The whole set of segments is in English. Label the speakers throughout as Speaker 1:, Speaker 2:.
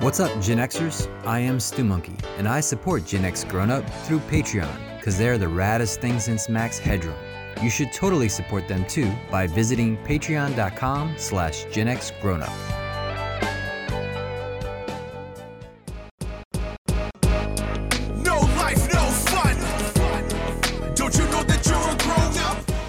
Speaker 1: What's up, Gen Xers? I am Stu Monkey, and I support Gen X Grown Up through Patreon because they're the raddest thing since Max Headroom. You should totally support them too by visiting patreon.com slash Gen X Grown Up.
Speaker 2: No life, no fun. Don't you know that you're a grown up?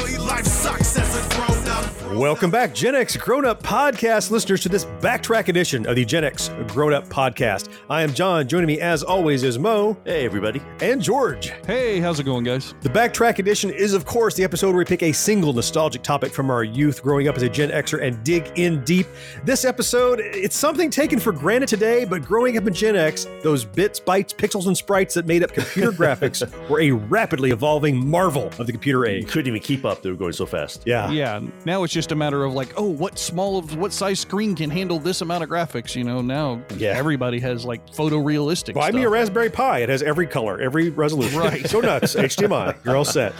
Speaker 2: life sucks as a grown up.
Speaker 3: Welcome back, Gen X Grown Up Podcast listeners, to this backtrack edition of the Gen X Grown Up Podcast. I am John. Joining me, as always, is Mo
Speaker 4: Hey, everybody.
Speaker 3: and George.
Speaker 4: Hey, how's it going, guys?
Speaker 3: The Backtrack Edition is, of course, the episode where we pick a single nostalgic topic from our youth growing up as a Gen Xer and dig in deep. This episode, it's something taken for granted today, but growing up in Gen X, those bits, bytes, pixels, and sprites that made up computer graphics were a rapidly evolving marvel of the computer
Speaker 4: You
Speaker 3: age.
Speaker 4: couldn't even keep up. They were going so fast.
Speaker 3: Yeah.
Speaker 5: yeah now it's just a matter of like oh what small of what size screen can handle this amount of graphics you know now
Speaker 3: Yeah.
Speaker 5: everybody has like photorealistic
Speaker 3: Buy
Speaker 5: stuff.
Speaker 3: me a Raspberry Pi. It has every color, every resolution.
Speaker 5: Right.
Speaker 3: Go nuts. HDMI. You're all set.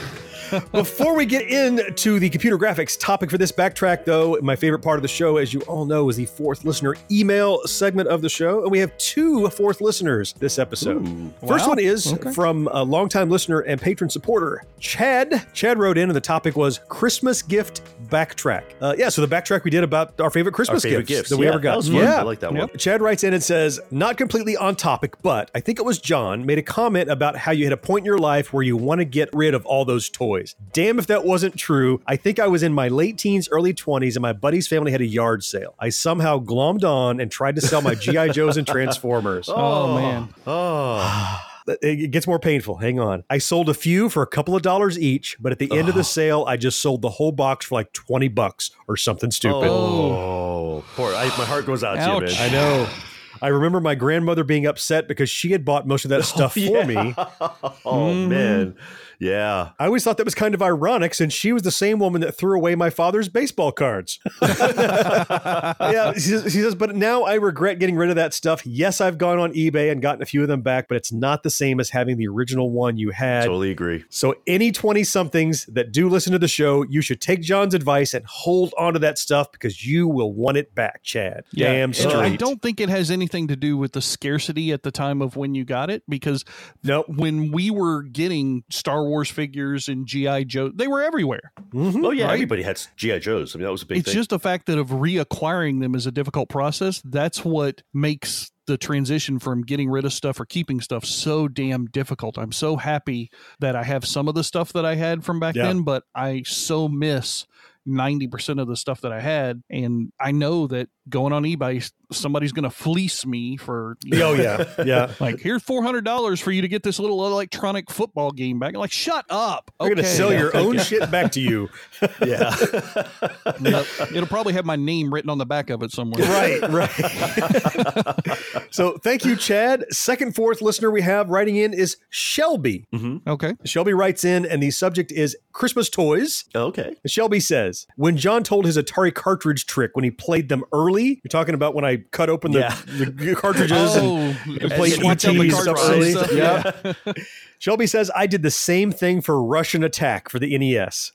Speaker 3: Before we get into the computer graphics topic for this backtrack, though, my favorite part of the show, as you all know, is the fourth listener email segment of the show. And we have two fourth listeners this episode. First
Speaker 5: Wow.
Speaker 3: one is
Speaker 5: Okay.
Speaker 3: from a longtime listener and patron supporter, Chad. Chad wrote in, and the topic was Christmas gift backtrack. Uh, yeah, so the backtrack we did about our favorite
Speaker 4: Our
Speaker 3: Christmas
Speaker 4: favorite
Speaker 3: gifts,
Speaker 4: gifts.
Speaker 3: that we
Speaker 4: yeah,
Speaker 3: ever got.
Speaker 4: That was fun.
Speaker 3: Yeah.
Speaker 4: I like that one.
Speaker 3: Chad writes in and says, not completely on topic, but I think it was John made a comment about how you hit a point in your life where you want to get rid of all those toys. Damn if that wasn't true. I think I was in my late teens, early 20s, and my buddy's family had a yard sale. I somehow glommed on and tried to sell my G.I. Joes and Transformers.
Speaker 5: oh man
Speaker 4: Oh,
Speaker 3: It gets more painful. Hang on. I sold a few for a couple of dollars each, but at the end of the sale, I just sold the whole box for like 20 bucks or something stupid.
Speaker 4: oh, poor. I, my heart goes out to you,
Speaker 5: Ouch.
Speaker 4: man.
Speaker 3: I know. I remember my grandmother being upset because she had bought most of that stuff for me.
Speaker 4: Oh
Speaker 5: Mm-hmm.
Speaker 4: man, yeah.
Speaker 3: I always thought that was kind of ironic since she was the same woman that threw away my father's baseball cards. yeah, she says, she says, but now I regret getting rid of that stuff. Yes, I've gone on eBay and gotten a few of them back, but it's not the same as having the original one you had.
Speaker 4: Totally agree.
Speaker 5: Mm-hmm.
Speaker 3: So, any 20 somethings that do listen to the show, you should take John's advice and hold on to that stuff because you will want it back, Chad.
Speaker 5: Yeah,
Speaker 3: Damn
Speaker 5: and
Speaker 3: straight.
Speaker 5: I don't think it has anything to do with the scarcity at the time of when you got it because
Speaker 3: Nope.
Speaker 5: when we were getting Star Wars figures and GI Joe, they were everywhere.
Speaker 3: Mhm.
Speaker 4: Oh yeah,
Speaker 5: Right?
Speaker 4: everybody had GI Joes. I mean, that was a big
Speaker 5: it's
Speaker 4: thing.
Speaker 5: just the fact that of reacquiring them is a difficult process. That's what makes the transition from getting rid of stuff or keeping stuff so damn difficult. I'm so happy that I have some of the stuff that I had from back
Speaker 3: Yeah.
Speaker 5: then, but I so miss 90% of the stuff that I had. And I know that going on eBay, somebody's going to fleece me for, you know,
Speaker 3: Oh, yeah. Yeah.
Speaker 5: like, here's $400 for you to get this little electronic football game back. Like, shut up.
Speaker 3: We're gonna
Speaker 5: Okay.
Speaker 3: sell your own shit back to you.
Speaker 4: yeah.
Speaker 5: Yep. It'll probably have my name written on the back of it somewhere.
Speaker 3: right, right. so thank you, Chad. Second fourth listener we have writing in is Shelby.
Speaker 5: Okay.
Speaker 3: Shelby writes in, and the subject is Christmas toys.
Speaker 4: okay.
Speaker 3: Shelby says, when John told his Atari cartridge trick when he played them early, you're talking about when I cut open the,
Speaker 4: Yeah.
Speaker 3: the cartridges and
Speaker 5: Oh, and
Speaker 3: play
Speaker 4: swatch
Speaker 3: ET
Speaker 4: out the
Speaker 3: stuff
Speaker 4: cartridges.
Speaker 3: early.
Speaker 4: Yeah.
Speaker 3: Yeah. Shelby says, I did the same thing for Russian Attack for the NES.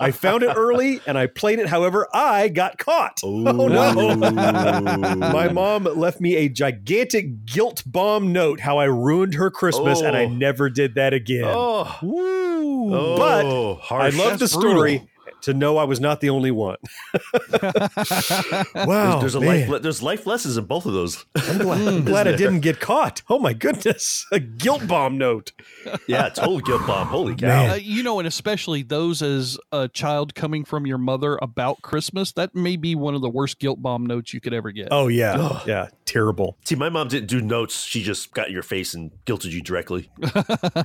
Speaker 3: I found it early and I played it. However, I got caught. Oh, no. My mom left me a gigantic guilt bomb note how I ruined her Christmas and I
Speaker 4: Oh.
Speaker 3: never did that again.
Speaker 4: Oh.
Speaker 5: Woo.
Speaker 4: Oh,
Speaker 3: But I
Speaker 4: harsh.
Speaker 3: love the
Speaker 5: That's
Speaker 3: story
Speaker 5: brutal.
Speaker 3: to know I was not the only one. wow.
Speaker 4: There's, there's a
Speaker 3: man.
Speaker 4: life. le- There's life lessons in both of those.
Speaker 3: I'm glad,
Speaker 5: Mm.
Speaker 3: I'm glad I didn't get caught. Oh my goodness. A guilt bomb note.
Speaker 4: yeah, total guilt bomb. Holy cow.
Speaker 3: Man.
Speaker 5: Uh, you know, and especially those as a child coming from your mother about Christmas, that may be one of the worst guilt bomb notes you could ever get.
Speaker 3: Oh yeah. yeah. Terrible.
Speaker 4: See, my mom didn't do notes. She just got in your face and guilted you directly.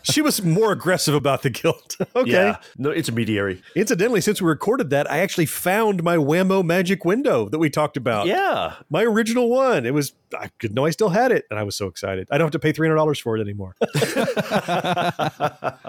Speaker 3: She was more aggressive about the guilt. okay.
Speaker 4: Yeah. No intermediary.
Speaker 3: Incidentally, since we recorded that, I actually found my Whammo magic window that we talked about.
Speaker 4: Yeah.
Speaker 3: My original one. It was I could know I still had it, and I was so excited. I don't have to pay three hundred dollars for it anymore.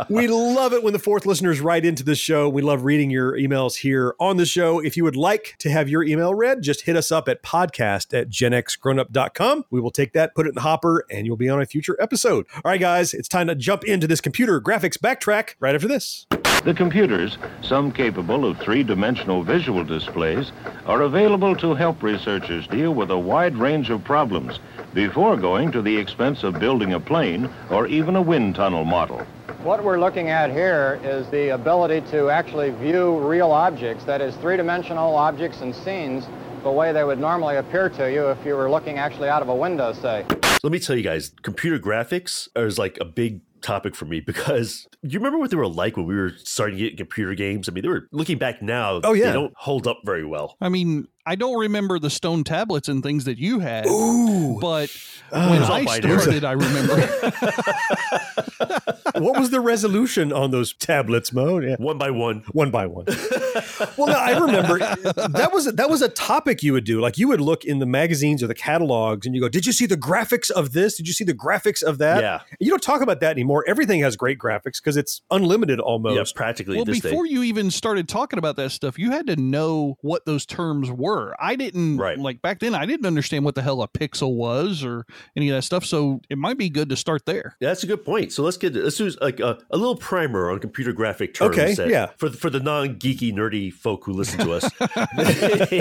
Speaker 3: we love it when the fourth listeners write into the show. We love reading your emails here on the show. If you would like to have your email read, just hit us up at podcast at genxgrownup.com gmail.com. We will take that, put it in the hopper, and you'll be on a future episode. All right, guys, it's time to jump into this computer graphics backtrack right after this.
Speaker 6: The computers, some capable of three dimensional visual displays, are available to help researchers deal with a wide range of problems before going to the expense of building a plane or even a wind tunnel model.
Speaker 7: What we're looking at here is the ability to actually view real objects, that is, three-dimensional objects and scenes, the way they would normally appear to you if you were looking actually out of a window, say.
Speaker 4: Let me tell you guys, computer graphics is like a big topic for me because you remember what they were like when we were starting to get computer games? I mean, they were looking back now.
Speaker 3: Oh, yeah.
Speaker 4: They don't hold up very well.
Speaker 5: I mean, I don't remember the stone tablets and things that you had,
Speaker 3: Ooh.
Speaker 5: but
Speaker 4: It
Speaker 5: when
Speaker 4: was all
Speaker 5: I
Speaker 4: binary.
Speaker 5: started, I remember.
Speaker 3: what was the resolution on those tablets, Mo? Yeah.
Speaker 4: One by one.
Speaker 3: one by one. well, no, I remember that was that was a topic you would do. Like you would look in the magazines or the catalogs, and you go, "Did you see the graphics of this? Did you see the graphics of that?"
Speaker 4: Yeah.
Speaker 3: You don't talk about that anymore. Everything has great graphics because it's unlimited almost.
Speaker 4: Yeah, practically
Speaker 5: well,
Speaker 4: this
Speaker 5: before
Speaker 4: day.
Speaker 5: you even started talking about that stuff, you had to know what those terms were. I didn't
Speaker 4: Right.
Speaker 5: like back then. I didn't understand what the hell a pixel was or any of that stuff. So it might be good to start there.
Speaker 4: Yeah, that's a good point. So let's get let's do like a, a little primer on computer graphic terms.
Speaker 3: Okay,
Speaker 4: that-
Speaker 3: yeah.
Speaker 4: For for the non geeky nerdy folk who listen to us.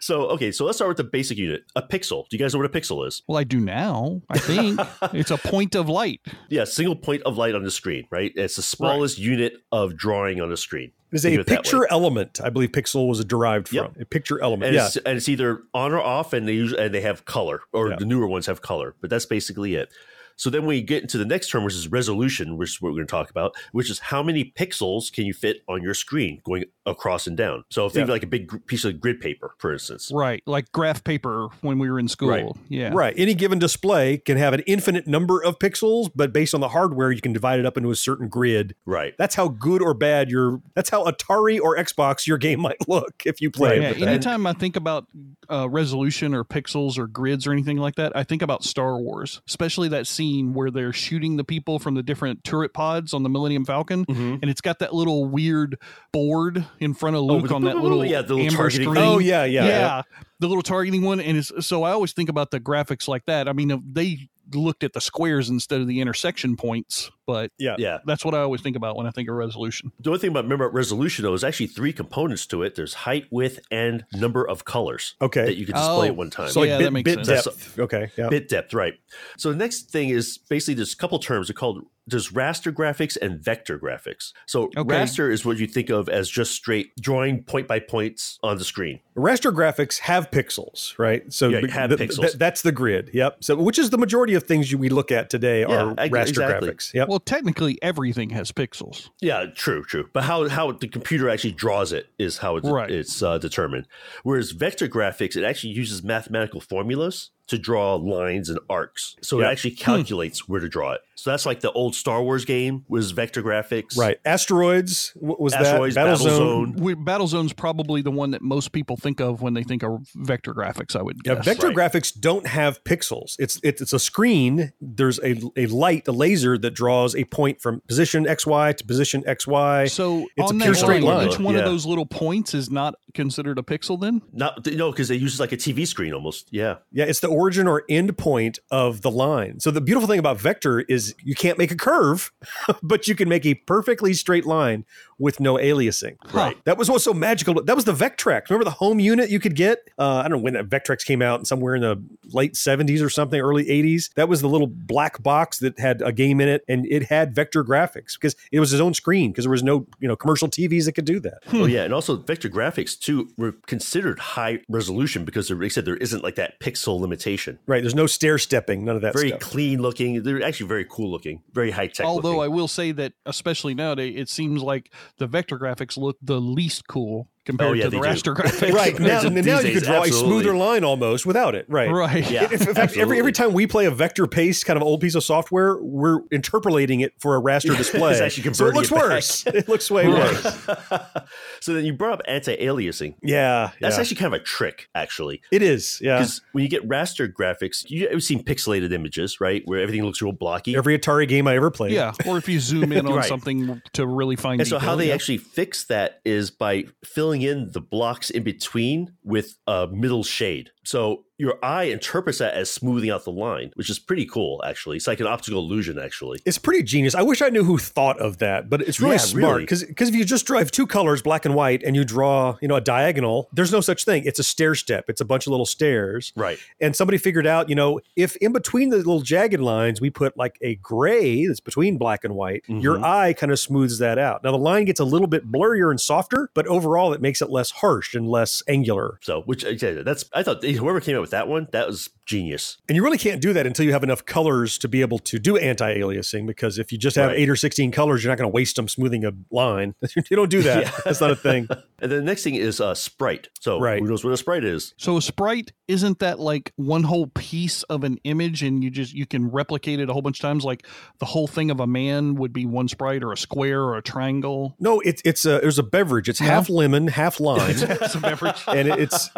Speaker 4: so okay, so let's start with the basic unit. A pixel. Do you guys know what a pixel is?
Speaker 5: Well, I do now. I think it's a point of light.
Speaker 4: Yeah, single point of light on the screen. Right. It's the smallest unit of drawing on the screen.
Speaker 3: It is
Speaker 4: Think
Speaker 3: a
Speaker 4: of it that way.
Speaker 3: picture element. I believe pixel was derived
Speaker 4: Yep.
Speaker 3: from a picture element.
Speaker 4: and,
Speaker 3: yeah.
Speaker 4: it's, and it's either on or off, and they usually and they have color, or
Speaker 3: Yeah.
Speaker 4: the newer ones have color, but that's basically it. So then we get into the next term, which is resolution, which is what we're going to talk about, which is how many pixels can you fit on your screen going across and down. So think of
Speaker 3: Yeah.
Speaker 4: like a big gr- piece of grid paper, for instance.
Speaker 5: Right. Like graph paper when we were in school.
Speaker 4: Right.
Speaker 5: Yeah.
Speaker 3: Right. Any given display can have an infinite number of pixels, but based on the hardware, you can divide it up into a certain grid.
Speaker 4: Right.
Speaker 3: That's how good or bad your. That's how Atari or Xbox your game might look if you play. it
Speaker 5: Yeah,
Speaker 3: with that.
Speaker 5: anytime I think about uh, resolution or pixels or grids or anything like that, I think about Star Wars, especially that scene where they're shooting the people from the different turret pods on the Millennium Falcon,
Speaker 4: Mm-hmm.
Speaker 5: and it's got that little weird board in front of Luke
Speaker 4: the-
Speaker 5: on that little
Speaker 4: yeah, the little
Speaker 5: amber
Speaker 4: targeting-
Speaker 5: screen.
Speaker 3: Oh yeah, yeah,
Speaker 5: yeah, the little targeting one, and it's, so I always think about the graphics like that. I mean, they looked at the squares instead of the intersection points, but
Speaker 3: yeah.
Speaker 4: Yeah.
Speaker 5: that's what I always think about when I think of resolution.
Speaker 4: The only thing about remember about resolution though is actually three components to it. There's height, width, and number of colors.
Speaker 3: Okay.
Speaker 4: That you can display
Speaker 5: Oh,
Speaker 4: at one time.
Speaker 5: so Yeah,
Speaker 3: bit,
Speaker 5: that makes
Speaker 3: bit
Speaker 5: sense.
Speaker 3: depth. Okay. Yeah.
Speaker 4: bit depth, right? So the next thing is basically there's a couple terms are called there's raster graphics and vector graphics. So raster is what you think of as just straight drawing point by points on the screen.
Speaker 3: Raster graphics have pixels, right? So
Speaker 4: Yeah, you
Speaker 3: th-
Speaker 4: have
Speaker 3: th-
Speaker 4: pixels.
Speaker 3: th- that's the grid. Yep. So which is the majority of things you, we look at today are
Speaker 4: I-
Speaker 3: raster
Speaker 4: exactly.
Speaker 3: graphics. Yep.
Speaker 5: Well, technically, everything has pixels.
Speaker 4: Yeah, true, true. But how how the computer actually draws it is how it,
Speaker 5: Right.
Speaker 4: it's uh, determined. Whereas vector graphics, it actually uses mathematical formulas to draw lines and arcs. So
Speaker 3: Yeah. Hmm.
Speaker 4: it actually calculates where to draw it. So that's like the old Star Wars game was vector graphics.
Speaker 3: right. Asteroids w- was
Speaker 4: Asteroids,
Speaker 3: that
Speaker 4: Battle, Zone.
Speaker 5: we, Battlezone's probably the one that most people think of when they think of vector graphics. I would
Speaker 3: Yeah,
Speaker 5: guess.
Speaker 3: vector
Speaker 4: right.
Speaker 3: graphics don't have pixels. It's it's it's a screen. There's a a light, a laser that draws a point from position XY to position XY.
Speaker 5: so
Speaker 3: It's a
Speaker 5: on
Speaker 3: pure
Speaker 5: that
Speaker 3: straight
Speaker 5: straight
Speaker 3: line.
Speaker 5: each one
Speaker 4: Yeah.
Speaker 5: of those little points is not considered a pixel. Then
Speaker 4: Not no, because they use like a TV screen almost. Yeah.
Speaker 3: Yeah, it's the origin or end point of the line. So the beautiful thing about vector is you can't make a curve, but you can make a perfectly straight line with no aliasing.
Speaker 5: Right.
Speaker 3: That was what's so magical. That was the Vectrex. Remember the home unit you could get? Uh, I don't know when that Vectrex came out, somewhere in the late 70s or something, early 80s. That was the little black box that had a game in it, and it had vector graphics because it was his own screen because there was no you know commercial TVs that could do that.
Speaker 4: Oh yeah, and also vector graphics too were considered high resolution because they said there isn't like that pixel limitation.
Speaker 3: Right. There's no stair stepping. None of that.
Speaker 4: Very
Speaker 3: stuff.
Speaker 4: clean looking. They're actually very cool looking, very high tech.
Speaker 5: although I
Speaker 4: looking.
Speaker 5: will say that especially nowadays, it seems like the vector graphics look the least cool compared
Speaker 4: Oh, yeah,
Speaker 5: to the
Speaker 4: they do.
Speaker 5: raster graphics.
Speaker 3: right now,
Speaker 4: These
Speaker 3: now you
Speaker 4: days,
Speaker 3: could draw
Speaker 4: absolutely.
Speaker 3: a smoother line almost without it right
Speaker 5: right.
Speaker 4: yeah,
Speaker 3: in fact, every, every
Speaker 4: absolutely.
Speaker 3: time we play a vector paste kind of old piece of software, we're interpolating it for a raster display.
Speaker 4: actually
Speaker 3: so it
Speaker 4: converting
Speaker 3: looks
Speaker 4: it back.
Speaker 3: worse. It looks way worse.
Speaker 4: so then you brought up anti-aliasing.
Speaker 3: Yeah,
Speaker 4: That's
Speaker 3: yeah.
Speaker 4: actually kind of a trick, actually.
Speaker 3: it is. Yeah,
Speaker 4: Because when you get raster graphics, you, you've seen pixelated images, right? Where everything looks real blocky.
Speaker 3: every Atari game I ever played.
Speaker 5: Yeah, or if you zoom in on
Speaker 4: Right.
Speaker 5: something to really find.
Speaker 4: And so, how
Speaker 5: detail,
Speaker 4: they
Speaker 5: yeah.
Speaker 4: actually fix that is by filling in the blocks in between with a middle shade. So your eye interprets that as smoothing out the line, which is pretty cool, actually. It's like an optical illusion, actually.
Speaker 3: It's pretty genius. I wish I knew who thought of that, but it's really
Speaker 4: Yeah,
Speaker 3: smart
Speaker 4: really.
Speaker 3: because if you just drive two colors, black and white, and you draw, you know, a diagonal, there's no such thing. It's a stair step. It's a bunch of little stairs.
Speaker 4: Right.
Speaker 3: And somebody figured out, you know, if in between the little jagged lines we put like a gray that's between black and white,
Speaker 4: Mm-hmm.
Speaker 3: your eye kind of smooths that out. Now the line gets a little bit blurrier and softer, but overall it makes it less harsh and less angular.
Speaker 4: So, which yeah, that's I thought whoever came up with that one, that was genius.
Speaker 3: And you really can't do that until you have enough colors to be able to do anti-aliasing because if you just have
Speaker 4: Right.
Speaker 3: 8 or 16 colors, you're not going to waste them smoothing a line. you don't do that.
Speaker 4: Yeah.
Speaker 3: That's not a thing.
Speaker 4: And then the next thing is uh, sprite. So
Speaker 3: Right.
Speaker 4: who knows what a sprite is?
Speaker 5: So a sprite isn't that like one whole piece of an image and you just you can replicate it a whole bunch of times like the whole thing of a man would be one sprite or a square or a triangle.
Speaker 3: No, it's it's a there's a beverage.
Speaker 4: Uh-huh.
Speaker 3: It's half lemon, half lime.
Speaker 5: Some beverage.
Speaker 3: and it, it's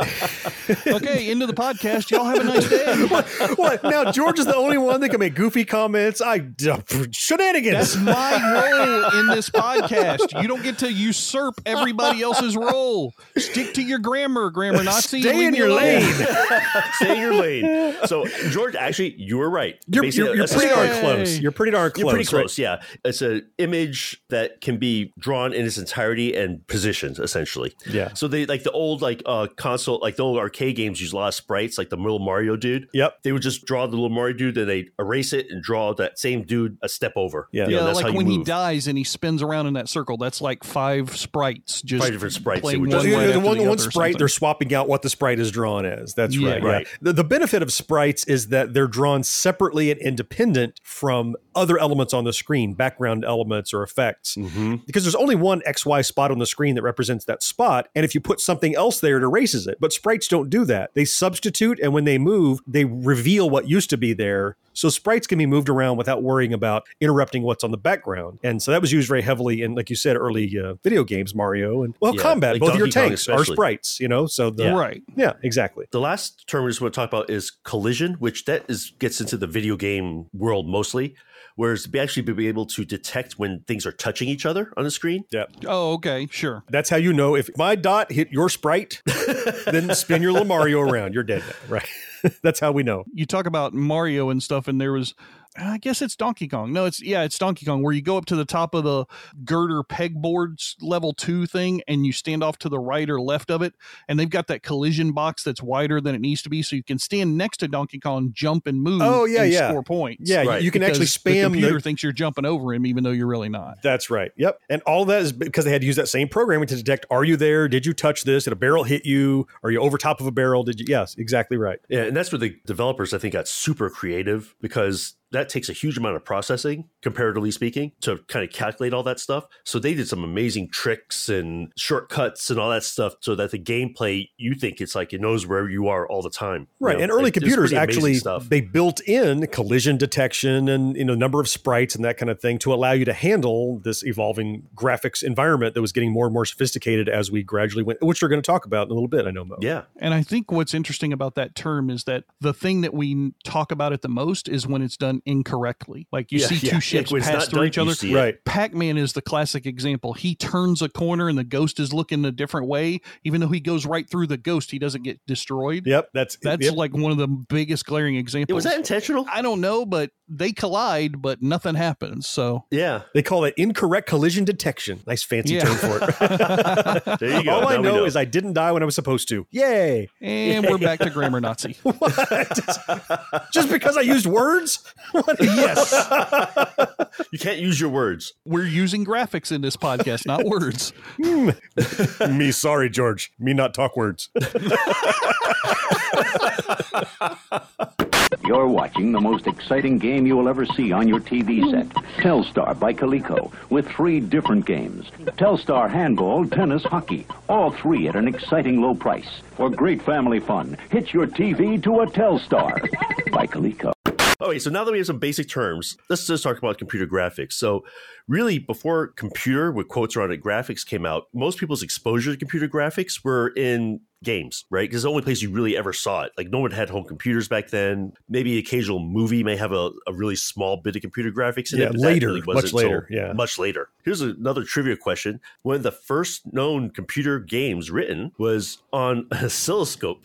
Speaker 5: Okay, into the podcast. Y'all have a nice day.
Speaker 3: what, what? Now George is the only one that can make goofy comments. I uh,
Speaker 5: That's
Speaker 3: shenanigans.
Speaker 5: my role in this podcast. You don't get to usurp everybody else's role. Stick to your grammar, grammar Nazi.
Speaker 3: Stay
Speaker 5: Leave
Speaker 3: in
Speaker 5: me
Speaker 3: your
Speaker 5: alone.
Speaker 3: lane.
Speaker 4: Stay in your lane. So George, actually, you were right.
Speaker 3: You're,
Speaker 4: Basically,
Speaker 3: you're, you're
Speaker 4: that's a
Speaker 3: pretty
Speaker 4: sprite.
Speaker 3: darn close. You're pretty darn close.
Speaker 4: You're pretty
Speaker 3: right?
Speaker 4: close, yeah. It's an image that can be drawn in its entirety and positioned essentially.
Speaker 3: Yeah.
Speaker 4: So they like the old like uh console, like the old arcade games use a lot of sprites, like the little Mario dude.
Speaker 3: Yep.
Speaker 4: They would just draw the little Mario dude, then they erase it and draw that same dude a step over.
Speaker 3: Yeah.
Speaker 4: You know,
Speaker 5: Yeah,
Speaker 4: that's how
Speaker 5: like
Speaker 4: you
Speaker 5: when he
Speaker 4: move.
Speaker 5: dies and he spins around in that circle, that's like five sprites just
Speaker 4: Five different sprites,
Speaker 5: playing
Speaker 4: it would
Speaker 5: one
Speaker 4: just-
Speaker 3: You know,
Speaker 5: right
Speaker 3: the
Speaker 5: after
Speaker 3: one,
Speaker 5: the
Speaker 3: one
Speaker 5: other or
Speaker 3: sprite,
Speaker 5: something.
Speaker 3: they're swapping out what the sprite is drawn as. That's
Speaker 5: Yeah.
Speaker 3: right. yeah.
Speaker 4: Right.
Speaker 3: The, the benefit of sprites is that they're drawn separately and independent from other elements on the screen, background elements or effects. Because there's only one XY spot on the screen that represents that spot. And if you put something else there, it erases it. But sprites don't do that. They substitute, and when they move, they reveal what used to be there. So sprites can be moved around without worrying about interrupting what's on the background. And so that was used very heavily in, like you said, early uh, video games, Mario, and well,
Speaker 4: Yeah,
Speaker 3: combat.
Speaker 4: like
Speaker 3: Both of your
Speaker 4: Donkey Kong
Speaker 3: tanks are
Speaker 4: especially.
Speaker 3: sprites, you know? So the,
Speaker 5: right.
Speaker 3: yeah, exactly.
Speaker 4: The last term we just want to talk about is collision, which that is gets into the video game world mostly, whereas we actually be able to detect when things are touching each other on the screen.
Speaker 5: Oh, okay, sure.
Speaker 3: That's how you know if my dot hit your sprite, then spin your little Mario around. You're dead now, right? That's how we know.
Speaker 5: You talk about Mario and stuff, and there was, I guess it's Donkey Kong. No, it's yeah, it's Donkey Kong where you go up to the top of the girder pegboards level two thing, and you stand off to the right or left of it, and they've got that collision box that's wider than it needs to be, so you can stand next to Donkey Kong, jump and move.
Speaker 3: Oh, yeah,
Speaker 5: and
Speaker 3: yeah.
Speaker 5: score points.
Speaker 3: Yeah, you-
Speaker 4: Right,
Speaker 3: you can actually
Speaker 5: Because the
Speaker 3: spam
Speaker 5: computer
Speaker 3: the,
Speaker 5: thinks you're jumping over him, even though you're really not.
Speaker 3: That's right. Yep. And all that is because they had to use that same programming to detect are you there? Did you touch this? Did a barrel hit you? Are you over top of a barrel? Did you? Yes, exactly right.
Speaker 4: Yeah, and that's where the developers I think got super creative because that takes a huge amount of processing, comparatively speaking, to kind of calculate all that stuff. So they did some amazing tricks and shortcuts and all that stuff so that the gameplay you think it's like it knows where you are all the time. you
Speaker 3: Right.
Speaker 4: know?
Speaker 3: and early
Speaker 4: Like, it's
Speaker 3: computers
Speaker 4: pretty amazing
Speaker 3: actually
Speaker 4: stuff.
Speaker 3: they built in collision detection and you know number of sprites and that kind of thing to allow you to handle this evolving graphics environment that was getting more and more sophisticated as we gradually went, which we're going to talk about in a little bit. I know, Mo.
Speaker 4: yeah.
Speaker 5: And I think what's interesting about that term is that the thing that we n- talk about it the most is when it's done incorrectly. Like you
Speaker 4: Yeah,
Speaker 5: see
Speaker 4: yeah.
Speaker 5: two ships
Speaker 4: When it's
Speaker 5: pass
Speaker 4: not
Speaker 5: through
Speaker 4: done,
Speaker 5: each
Speaker 4: you
Speaker 5: other.
Speaker 4: see it.
Speaker 3: Right.
Speaker 5: Pac Man is the classic example. He turns a corner and the ghost is looking a different way. Even though he goes right through the ghost, he doesn't get destroyed.
Speaker 3: Yep. That's
Speaker 5: That's
Speaker 3: yep.
Speaker 5: like one of the biggest glaring
Speaker 4: Yeah,
Speaker 5: examples.
Speaker 4: was that intentional?
Speaker 5: I don't know, but they collide, but nothing happens. So
Speaker 4: yeah.
Speaker 3: They call it incorrect collision detection. Nice fancy
Speaker 5: Yeah.
Speaker 3: term for it.
Speaker 4: There you go.
Speaker 3: All I
Speaker 4: Now we
Speaker 3: know, is I didn't die when I was supposed to. Yay.
Speaker 5: and we're back to grammar Nazi.
Speaker 3: Just because I used words?
Speaker 5: yes.
Speaker 4: you can't use your words.
Speaker 5: We're using graphics in this podcast, not words.
Speaker 3: me sorry, George. Me not talk words.
Speaker 8: You're watching the most exciting game you will ever see on your TV set. Telstar by Coleco, with three different games. Telstar handball, tennis, hockey. All three at an exciting low price. For great family fun, hitch your TV to a Telstar by Coleco.
Speaker 4: Okay, so now that we have some basic terms, let's just talk about computer graphics. So, really before computer with quotes around it graphics came out, most people's exposure to computer graphics were in games, right? Because the only place you really ever saw it. Like no one had home computers back then. Maybe the occasional movie may have a, a really small bit of computer graphics in
Speaker 3: Yeah,
Speaker 4: it. but that
Speaker 3: later,
Speaker 4: really
Speaker 3: much
Speaker 4: wasn't
Speaker 3: later,
Speaker 4: till
Speaker 3: yeah.
Speaker 4: Much later. Here's another trivia question. One of the first known computer games written was on an oscilloscope,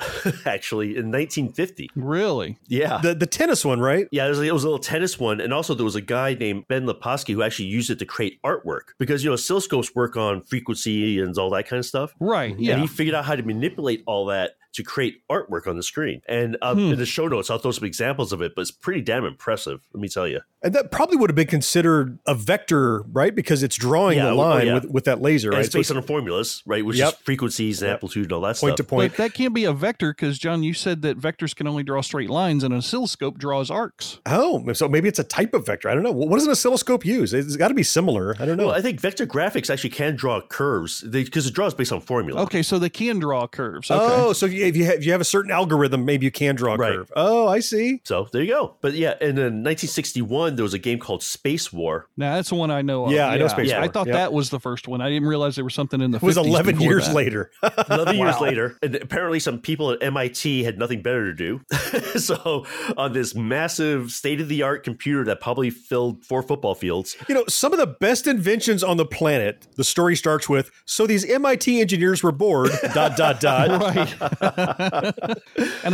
Speaker 4: actually, in 1950.
Speaker 5: Really?
Speaker 4: Yeah.
Speaker 3: The the tennis one, right?
Speaker 4: Yeah, it was, it was a little tennis one, and also there was a guy named Ben Leposky who actually used it to create artwork because you know oscilloscopes work on frequency and all that kind of stuff.
Speaker 5: Right. Yeah.
Speaker 4: And he figured out how to manipulate all that to create artwork on the screen. And uh,
Speaker 3: Hmm.
Speaker 4: in the show notes, I'll throw some examples of it, but it's pretty damn impressive. Let me tell you.
Speaker 3: And that probably would have been considered a vector, right? Because it's drawing
Speaker 4: Yeah,
Speaker 3: the
Speaker 4: oh,
Speaker 3: line
Speaker 4: yeah.
Speaker 3: with, with that laser,
Speaker 4: And
Speaker 3: right?
Speaker 4: it's
Speaker 3: So
Speaker 4: based on formulas, right? Which
Speaker 3: Yep.
Speaker 4: is frequencies and
Speaker 3: Yep.
Speaker 4: amplitude and all that
Speaker 3: point
Speaker 4: stuff.
Speaker 3: to point.
Speaker 5: But that can't be a vector because, John, you said that vectors can only draw straight lines and an oscilloscope draws arcs.
Speaker 3: Oh, so maybe it's a type of vector. I don't know. What what does an oscilloscope use? It's got to be similar. I don't know.
Speaker 4: Well, I think vector graphics actually can draw curves because it draws based on formula.
Speaker 5: Okay, so they can draw curves. Okay.
Speaker 3: Oh, so you- if you have, if you have a certain algorithm, maybe you can draw a
Speaker 4: Right.
Speaker 3: curve. Oh, I see.
Speaker 4: So there you go. But yeah, and in 1961, there was a game called Space War.
Speaker 5: Now that's the one I know of.
Speaker 3: Yeah, I know Space
Speaker 4: War.
Speaker 5: I thought
Speaker 3: Yep.
Speaker 5: that was the first one. I didn't realize there was something in the.
Speaker 3: It was
Speaker 5: 50s
Speaker 3: 11
Speaker 5: before
Speaker 3: years
Speaker 5: that.
Speaker 3: later.
Speaker 4: 11 years later, and apparently some people at MIT had nothing better to do. so on this massive state-of-the-art computer that probably filled four football fields,
Speaker 3: You know, some of the best inventions on the planet, the story starts with so these MIT engineers were bored, dot, dot, dot.
Speaker 5: And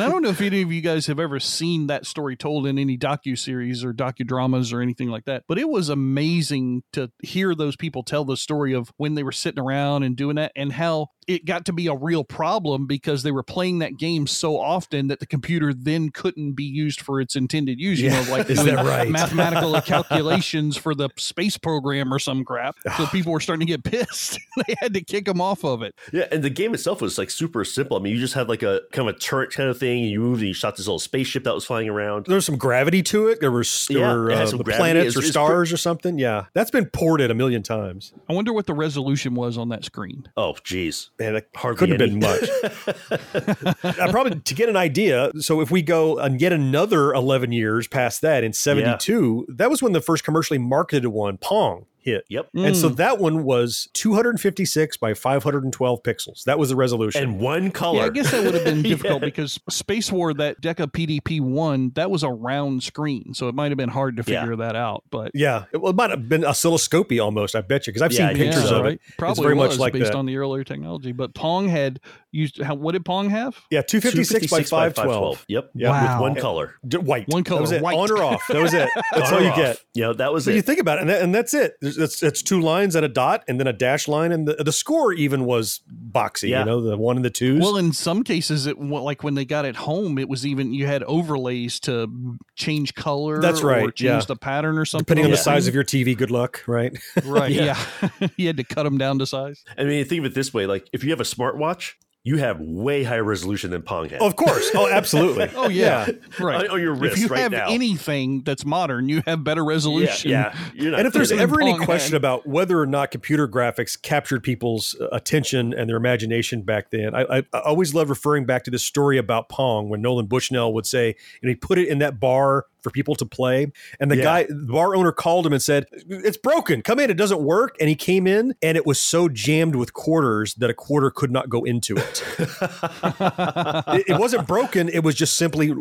Speaker 5: I don't know if any of you guys have ever seen that story told in any docu series or docudramas or anything like that, but it was amazing to hear those people tell the story of when they were sitting around and doing that and how it got to be a real problem because they were playing that game so often that the computer then couldn't be used for its intended use. You know, like
Speaker 3: Is
Speaker 5: doing
Speaker 3: that right?
Speaker 5: mathematical calculations for the space program or some crap. So people were starting to get pissed. they had to kick them off of it.
Speaker 4: Yeah, and the game itself was like super simple. I mean, you just had like a kind of a turret kind of thing, and you moved and you shot this little spaceship that was flying around.
Speaker 3: There was some gravity to it. There were, s- there
Speaker 4: Yeah,
Speaker 3: were
Speaker 4: it had
Speaker 3: uh,
Speaker 4: some
Speaker 3: the
Speaker 4: gravity.
Speaker 3: planets
Speaker 4: It's-
Speaker 3: or
Speaker 4: it's
Speaker 3: stars or something. Yeah. That's been ported a million times.
Speaker 5: I wonder what the resolution was on that screen.
Speaker 4: Oh, geez.
Speaker 3: Man, that
Speaker 4: Hardly
Speaker 3: couldn't have
Speaker 4: any.
Speaker 3: been much. I probably to get an idea. So if we go on yet another 11 years past that in 72, that was when the first commercially marketed one, Pong, hit.
Speaker 4: Yep.
Speaker 3: And so that one was 256 by 512 pixels. That was the resolution.
Speaker 4: And one color.
Speaker 5: Yeah, I guess that would have been difficult because Space War, that DECA PDP one, that was a round screen, so it might have been hard to
Speaker 4: Yeah.
Speaker 5: figure that out. But
Speaker 3: yeah, it, well, it might have been oscilloscopy almost. I bet you because I've
Speaker 4: Yeah, I
Speaker 3: seen
Speaker 4: think
Speaker 3: pictures
Speaker 4: so,
Speaker 3: of it.
Speaker 5: right? Probably
Speaker 3: it's very
Speaker 5: was
Speaker 3: much like
Speaker 5: based
Speaker 3: that.
Speaker 5: on the earlier technology. But Pong had used how, what did Pong have?
Speaker 3: yeah, 256, by 512.
Speaker 4: Yep.
Speaker 3: Yeah.
Speaker 4: With
Speaker 5: Wow.
Speaker 4: one color.
Speaker 3: D- white.
Speaker 5: One
Speaker 3: That was
Speaker 5: color,
Speaker 3: it.
Speaker 5: white.
Speaker 3: On or off. That was it. That's
Speaker 4: On
Speaker 3: all
Speaker 4: or
Speaker 3: you
Speaker 4: off.
Speaker 3: get.
Speaker 4: Yeah, that was
Speaker 3: But
Speaker 4: it.
Speaker 3: you think about it, and, that, and that's it. There's- It's, it's two lines and a dot, and then a dash line, and the, the score even was boxy.
Speaker 4: Yeah.
Speaker 3: You know, the one and the twos.
Speaker 5: Well, in some cases, it wa- like when they got it home, it was even you had overlays to change color.
Speaker 3: That's right,
Speaker 5: Or change
Speaker 3: yeah.
Speaker 5: the pattern or something.
Speaker 3: Depending on the
Speaker 5: that.
Speaker 3: size of your TV, good luck, right?
Speaker 5: right? yeah. you had to cut them down to size.
Speaker 4: I mean, think of it this way like, if you have a smartwatch, you have way higher resolution than Pong had.
Speaker 3: of course. Oh, absolutely.
Speaker 5: Oh yeah, right.
Speaker 4: On- on your wrist
Speaker 5: if you
Speaker 4: right
Speaker 5: have
Speaker 4: now.
Speaker 5: anything that's modern, you have better
Speaker 4: yeah.
Speaker 5: resolution.
Speaker 4: yeah. You're not
Speaker 3: And if there's
Speaker 4: kidding.
Speaker 3: ever any
Speaker 5: Pong
Speaker 3: question
Speaker 5: had.
Speaker 3: about whether or not computer graphics captured people's uh, attention and their imagination back then, I, I, I always love referring back to this story about Pong when Nolan Bushnell would say, and he put it in that bar for people to play. And the
Speaker 4: Yeah.
Speaker 3: guy, the bar owner called him and said, It's broken. Come in. It doesn't work. And he came in and it was so jammed with quarters that a quarter could not go into it. it, it wasn't broken. It was just simply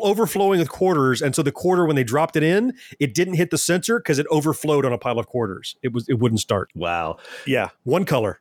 Speaker 3: overflowing with quarters, and so the quarter when they dropped it in, it didn't hit the sensor because it overflowed on a pile of quarters. It was it wouldn't start.
Speaker 4: Wow.
Speaker 3: Yeah, one color.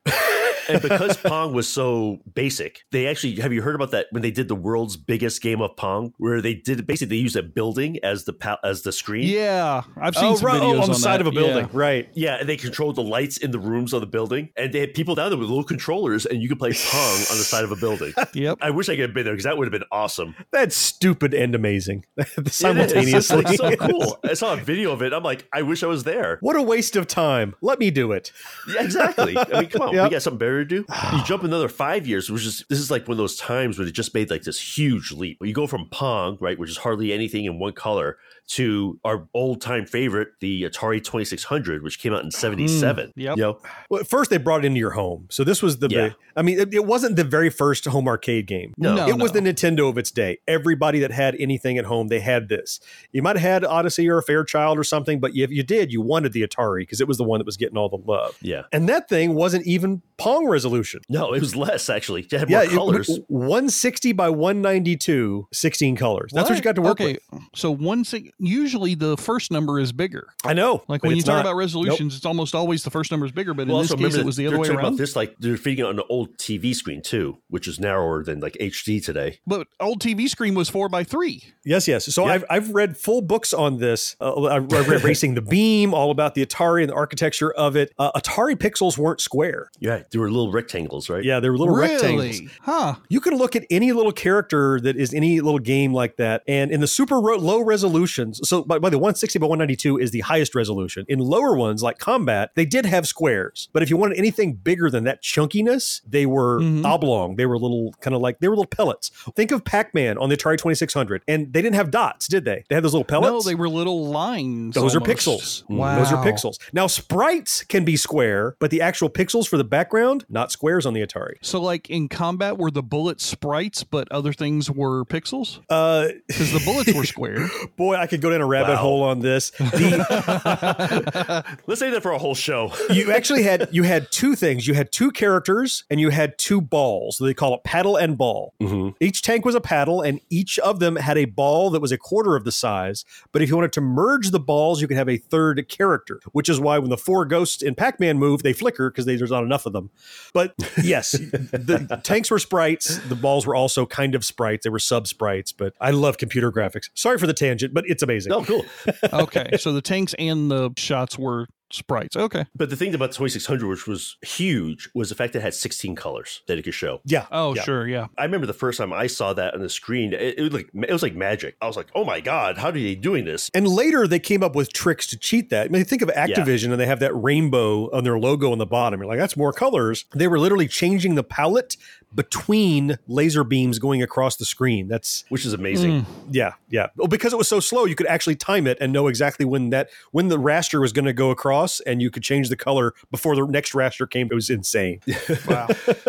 Speaker 4: and because Pong was so basic, they actually have you heard about that when they did the world's biggest game of Pong, where they did basically they used a building as the pa- as the screen.
Speaker 5: Yeah, I've seen some
Speaker 3: Oh, right,
Speaker 5: videos
Speaker 3: on the side
Speaker 5: that.
Speaker 3: of a building,
Speaker 5: Yeah.
Speaker 3: right?
Speaker 4: Yeah, and they controlled the lights in the rooms of the building, and they had people down there with little controllers, and you could play Pong on the side of a building.
Speaker 5: Yep.
Speaker 4: I wish I could have been there because that would have been awesome.
Speaker 3: That's stupid and amazing
Speaker 4: It is.
Speaker 3: simultaneously.
Speaker 4: It's so cool. I saw a video of it. I'm like, I wish I was there.
Speaker 3: What a waste of time. Let me do it.
Speaker 4: Yeah, exactly. I mean, come on,
Speaker 3: Yep.
Speaker 4: we got something better to do. You jump another five years, which is this is like one of those times when it just made like this huge leap. You go from Pong, right, which is hardly anything in one color, to our old time favorite, the Atari Twenty Six Hundred, which came out
Speaker 3: Hmm.
Speaker 4: in seventy seven.
Speaker 5: yep.
Speaker 4: You know,
Speaker 3: Well, at first they brought it into your home, so this was the.
Speaker 4: Yeah.
Speaker 3: big- I mean, it, it wasn't the very first home arcade game.
Speaker 4: No.
Speaker 5: No,
Speaker 3: it was
Speaker 5: no.
Speaker 3: the Nintendo of its day. Everybody that had anything at home, they had this. You might have had Odyssey or Fairchild or something, but if you did, you wanted the Atari because it was the one that was getting all the love.
Speaker 4: yeah.
Speaker 3: And that thing wasn't even Pong resolution.
Speaker 4: No, it was less actually. It had
Speaker 3: Yeah,
Speaker 4: more
Speaker 3: it-
Speaker 4: colors.
Speaker 3: 160 by 192, 16 colors. That's what you got to work
Speaker 5: okay.
Speaker 3: with.
Speaker 5: So one sig- usually the first number is bigger.
Speaker 3: I know.
Speaker 5: Like
Speaker 3: but
Speaker 5: when you
Speaker 3: it's
Speaker 5: talk
Speaker 3: not.
Speaker 5: about
Speaker 3: Nope.
Speaker 5: resolutions, it's almost always the first number is bigger. But
Speaker 4: Well,
Speaker 5: in this
Speaker 4: also
Speaker 5: case,
Speaker 4: remember
Speaker 5: it was the
Speaker 4: they're
Speaker 5: other way
Speaker 4: talking
Speaker 5: around.
Speaker 4: About this like they're feeding it on the old TV screen too, which is narrower than like HD today.
Speaker 5: But old TV screen was four by three.
Speaker 3: Yes, yes. So
Speaker 4: Yep.
Speaker 3: I've, I've read full books on this. Uh, I I read Racing the Beam, all about the Atari and the architecture of it. Uh, Atari pixels weren't square.
Speaker 4: Yeah, they were little rectangles, right?
Speaker 3: Yeah, they were little
Speaker 5: really?
Speaker 3: rectangles.
Speaker 5: Huh.
Speaker 3: You can look at any little character that is any little game like that. And in the super ro- low resolutions, so by, by the 160 by 192 is the highest resolution. In lower ones like Combat, they did have squares. But if you wanted anything bigger than that chunkiness, they were
Speaker 5: Mm-hmm.
Speaker 3: oblong. They were little, kind of like, they were little pellets. Think of Pac Man on the Atari 2600. And they didn't have dots, did they? They had those little
Speaker 5: No,
Speaker 3: pellets.
Speaker 5: they were little lines.
Speaker 3: Those are
Speaker 5: almost.
Speaker 3: pixels. Mm,
Speaker 5: Wow.
Speaker 3: Those are pixels. Now, sprites can be square, but the actual pixels for the background, not squares on the Atari.
Speaker 5: So, like in combat, were the bullets sprites, but other things were pixels?
Speaker 3: Uh,
Speaker 5: Because the bullets were squared.
Speaker 3: boy, I could go down a rabbit
Speaker 4: Wow.
Speaker 3: hole on this. The,
Speaker 4: Let's say that for a whole show.
Speaker 3: you actually had you had two things. You had two characters and you had two balls. They call it paddle and ball.
Speaker 4: Mm-hmm.
Speaker 3: Each tank was a paddle, and each of them had a ball that was a quarter of the size. But if you wanted to merge the balls, you could have a third character, which is why when the four ghosts in Pac-Man move, they flicker because there's not enough of them. But yes, the tanks were sprites. The balls were also kind of sprites. They were sub sprites. But I love computer graphics. Sorry for the tangent, but it's amazing.
Speaker 4: Oh, cool.
Speaker 5: Okay. so the tanks and the shots were sprites. Okay.
Speaker 4: But the thing about the 2600, which was huge, was the fact that it had 16 colors that it could show.
Speaker 3: Yeah.
Speaker 5: Oh,
Speaker 3: yeah.
Speaker 5: sure. Yeah.
Speaker 4: I remember the first time I saw that on the screen, it, it was like it was like magic. I was like, "Oh my god, how are they doing this?"
Speaker 3: And later they came up with tricks to cheat that. I mean, think of Activision and they have that rainbow on their logo on the bottom. You're like, that's more colors. They were literally changing the palette between laser beams going across the screen. That's
Speaker 4: Which is amazing.
Speaker 3: yeah, yeah. Well, because it was so slow, you could actually time it and know exactly when that when the raster was going to go across, and you could change the color before the next raster came. It was insane.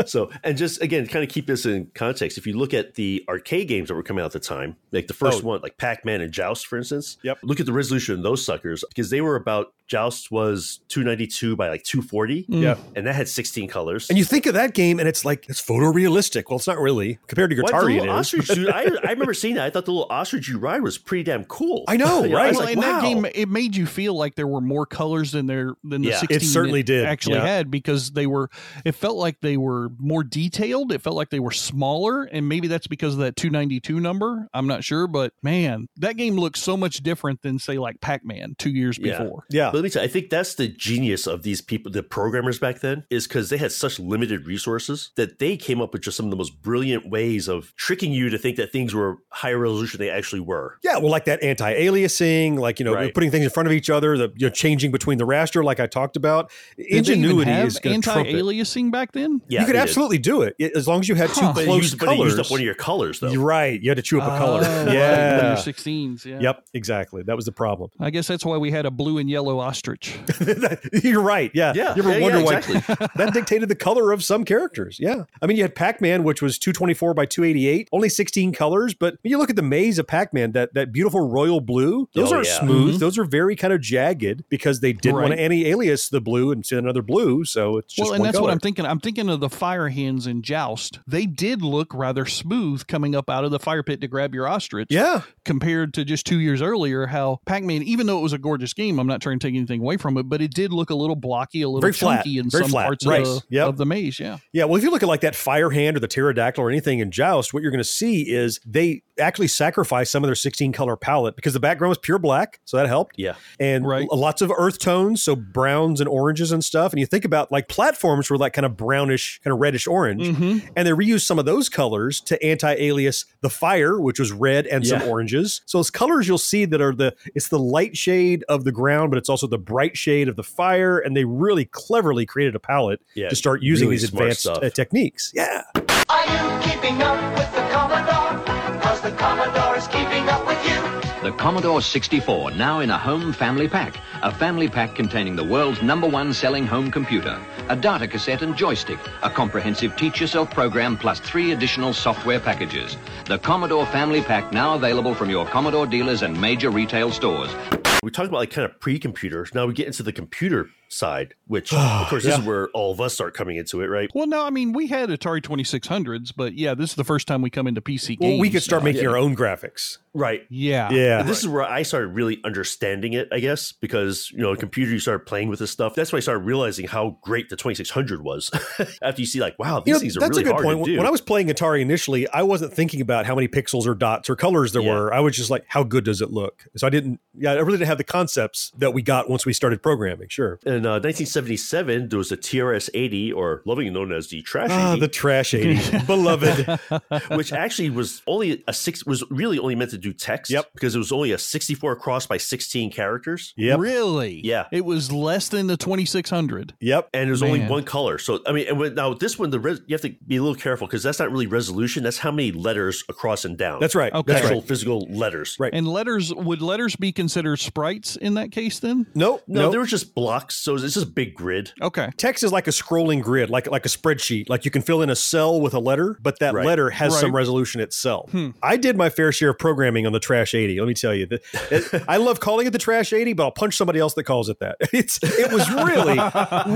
Speaker 4: so, and just again, kind of keep this in context. If you look at the arcade games that were coming out at the time, like the first
Speaker 3: Oh.
Speaker 4: one, like Pac Man and Joust, for instance,
Speaker 3: Yep.
Speaker 4: look at the resolution of those suckers because they were about Joust was 292 by like 240.
Speaker 3: Hmm. Yeah.
Speaker 4: And that had 16 colors.
Speaker 3: And you think of that game, and it's like it's photorealistic. Well, it's not really compared to
Speaker 4: What, the
Speaker 3: Guitar. It
Speaker 4: little
Speaker 3: is.
Speaker 4: ostrich dude, I, I remember seeing that. I thought the little ostrich you ride was pretty damn cool.
Speaker 3: I know,
Speaker 4: Yeah, I
Speaker 3: right?
Speaker 4: was
Speaker 5: well,
Speaker 4: like,
Speaker 5: in
Speaker 4: wow.
Speaker 5: that game, it made you feel like there were more colors than there than the
Speaker 4: Yeah,
Speaker 5: 16
Speaker 4: it
Speaker 3: certainly did.
Speaker 5: actually
Speaker 3: Yeah.
Speaker 5: had because they were. It felt like they were more detailed. It felt like they were smaller, and maybe that's because of that 292 number. I'm not sure, but man, that game looks so much different than say like Pac-Man two years
Speaker 4: Yeah.
Speaker 5: before.
Speaker 3: Yeah.
Speaker 4: But let me tell you, I think that's the genius of these people, the programmers back then, is because they had such limited resources that they came up with just some of the most brilliant ways of tricking you to think that things were higher resolution than they actually were.
Speaker 3: Yeah, well, like that anti-aliasing, like you know,
Speaker 4: Right.
Speaker 3: putting things in front of each other, the you know, changing between the raster, like I talked about.
Speaker 5: Did they even
Speaker 3: Ingenuity
Speaker 5: have
Speaker 3: is going to trump it.
Speaker 5: anti-aliasing back then.
Speaker 4: Yeah,
Speaker 3: you could
Speaker 4: they did.
Speaker 3: absolutely do it i- as long as you had two
Speaker 5: Huh.
Speaker 4: But it
Speaker 3: close
Speaker 4: used, But it
Speaker 3: colors.
Speaker 4: used up one of your colors, though.
Speaker 3: You're right. You had to chew up a color.
Speaker 5: Oh, right, when you're
Speaker 3: yeah.
Speaker 5: 16s. Yeah.
Speaker 3: Yep. Exactly. That was the problem.
Speaker 5: I guess that's why we had a blue and yellow ostrich.
Speaker 3: You're right. Yeah.
Speaker 4: Yeah,
Speaker 3: You ever
Speaker 4: yeah, yeah,
Speaker 3: wonder why
Speaker 4: exactly.
Speaker 3: that dictated the color of some characters? Yeah. I mean, you had Pac-Man, which was 224 by 288, only 16 colors. But when you look at the maze of Pac-Man, that that beautiful royal blue. Those
Speaker 4: Oh,
Speaker 3: aren't
Speaker 4: yeah.
Speaker 3: smooth. Those are very kind of jagged because they didn't want
Speaker 5: Right.
Speaker 3: to anti-alias the blue and send another blue. So it's just
Speaker 5: well, and
Speaker 3: one
Speaker 5: that's
Speaker 3: color.
Speaker 5: what I'm thinking. I'm thinking of the fire hens in Joust. They did look rather smooth coming up out of the fire pit to grab your ostrich.
Speaker 3: Yeah.
Speaker 5: Compared to just two years earlier, how Pac Man, even though it was a gorgeous game, I'm not trying to take anything away from it, but it did look a little blocky, a little
Speaker 3: Very flat,
Speaker 5: chunky in
Speaker 3: very
Speaker 5: some
Speaker 3: flat,
Speaker 5: parts
Speaker 3: right,
Speaker 5: of, the,
Speaker 3: yep.
Speaker 5: of the maze. Yeah.
Speaker 3: Yeah, well, if you look at like that fire hand or the pterodactyl or anything in Joust, what you're going to see is they actually sacrifice some of their 16 color palette because the background was pure black, so that helped.
Speaker 4: Yeah.
Speaker 3: and
Speaker 5: Right.
Speaker 3: l- lots of earth tones, so browns and oranges and stuff. And you think about like platforms were like kind of brownish, kind of reddish orange,
Speaker 5: Mm-hmm.
Speaker 3: and they reused some of those colors to anti-alias the fire, which was red and some
Speaker 4: Yeah.
Speaker 3: oranges. So it's colors you'll see that are the it's the light shade of the ground, but it's also the bright shade of the fire. And they really cleverly created a palette
Speaker 4: Yeah,
Speaker 3: to start using
Speaker 4: really
Speaker 3: these
Speaker 4: smart
Speaker 3: advanced
Speaker 4: stuff.
Speaker 3: uh, techniques. Yeah.
Speaker 9: Are you keeping up with the Commodore? Cause the Commodore is keeping up with you.
Speaker 10: The Commodore 64, now in a home family pack. A family pack containing the world's number one selling home computer, a data cassette and joystick, a comprehensive teach yourself program, plus three additional software packages. The Commodore Family Pack, now available from your Commodore dealers and major retail stores.
Speaker 4: we talked about like kind of pre-computers. Now we get into the computer side, which of course this is where all of us start coming into it, right?
Speaker 5: Well, no, I mean we had Atari twenty six hundreds, but yeah, this is the first time we come into PC games.
Speaker 3: Well, we could start
Speaker 5: now.
Speaker 3: making our own graphics.
Speaker 4: Right.
Speaker 5: Yeah.
Speaker 3: Yeah.
Speaker 4: And this is where I started really understanding it, I guess, because you know, a computer you started playing with this stuff. That's when I started realizing how great the 2600 was. After you see, like, wow, these
Speaker 3: You know,
Speaker 4: things are
Speaker 3: that's
Speaker 4: really
Speaker 3: a good
Speaker 4: hard
Speaker 3: point.
Speaker 4: to do.
Speaker 3: When I was playing Atari initially, I wasn't thinking about how many pixels or dots or colors there
Speaker 4: Yeah.
Speaker 3: were. I was just like, how good does it look? So I didn't, yeah, I really didn't have the concepts that we got once we started programming. Sure.
Speaker 4: in uh, 1977, there was the TRS-80, or lovingly known as the Trash 80,
Speaker 3: Ah, the trash 80, beloved.
Speaker 4: which actually was only a six was really only meant to do text.
Speaker 3: Yep.
Speaker 4: Because it was only a 64 cross by 16 characters.
Speaker 3: Yep.
Speaker 5: Really?
Speaker 4: Yeah.
Speaker 5: It was less than the twenty six hundred.
Speaker 3: Yep.
Speaker 4: and there's only
Speaker 5: Man.
Speaker 4: one color. So I mean, and when, now this one, the res, you have to be a little careful because that's not really resolution. That's how many letters across and down.
Speaker 3: That's right.
Speaker 5: Okay.
Speaker 3: That's
Speaker 4: actual
Speaker 3: right.
Speaker 4: physical letters.
Speaker 3: Right.
Speaker 5: And letters would letters be considered sprites in that case then?
Speaker 3: Nope.
Speaker 4: No,
Speaker 3: nope.
Speaker 4: there were just blocks. So it's just a big grid.
Speaker 5: Okay.
Speaker 3: Text is like a scrolling grid, like like a spreadsheet. Like you can fill in a cell with a letter, but that
Speaker 4: Right.
Speaker 3: letter has some
Speaker 5: Right. Hmm.
Speaker 3: resolution itself. I did my fair share of programming on the Trash 80. Let me tell you, that it- I love calling it the Trash 80, but I'll punch somebody else that calls it that. It's it was really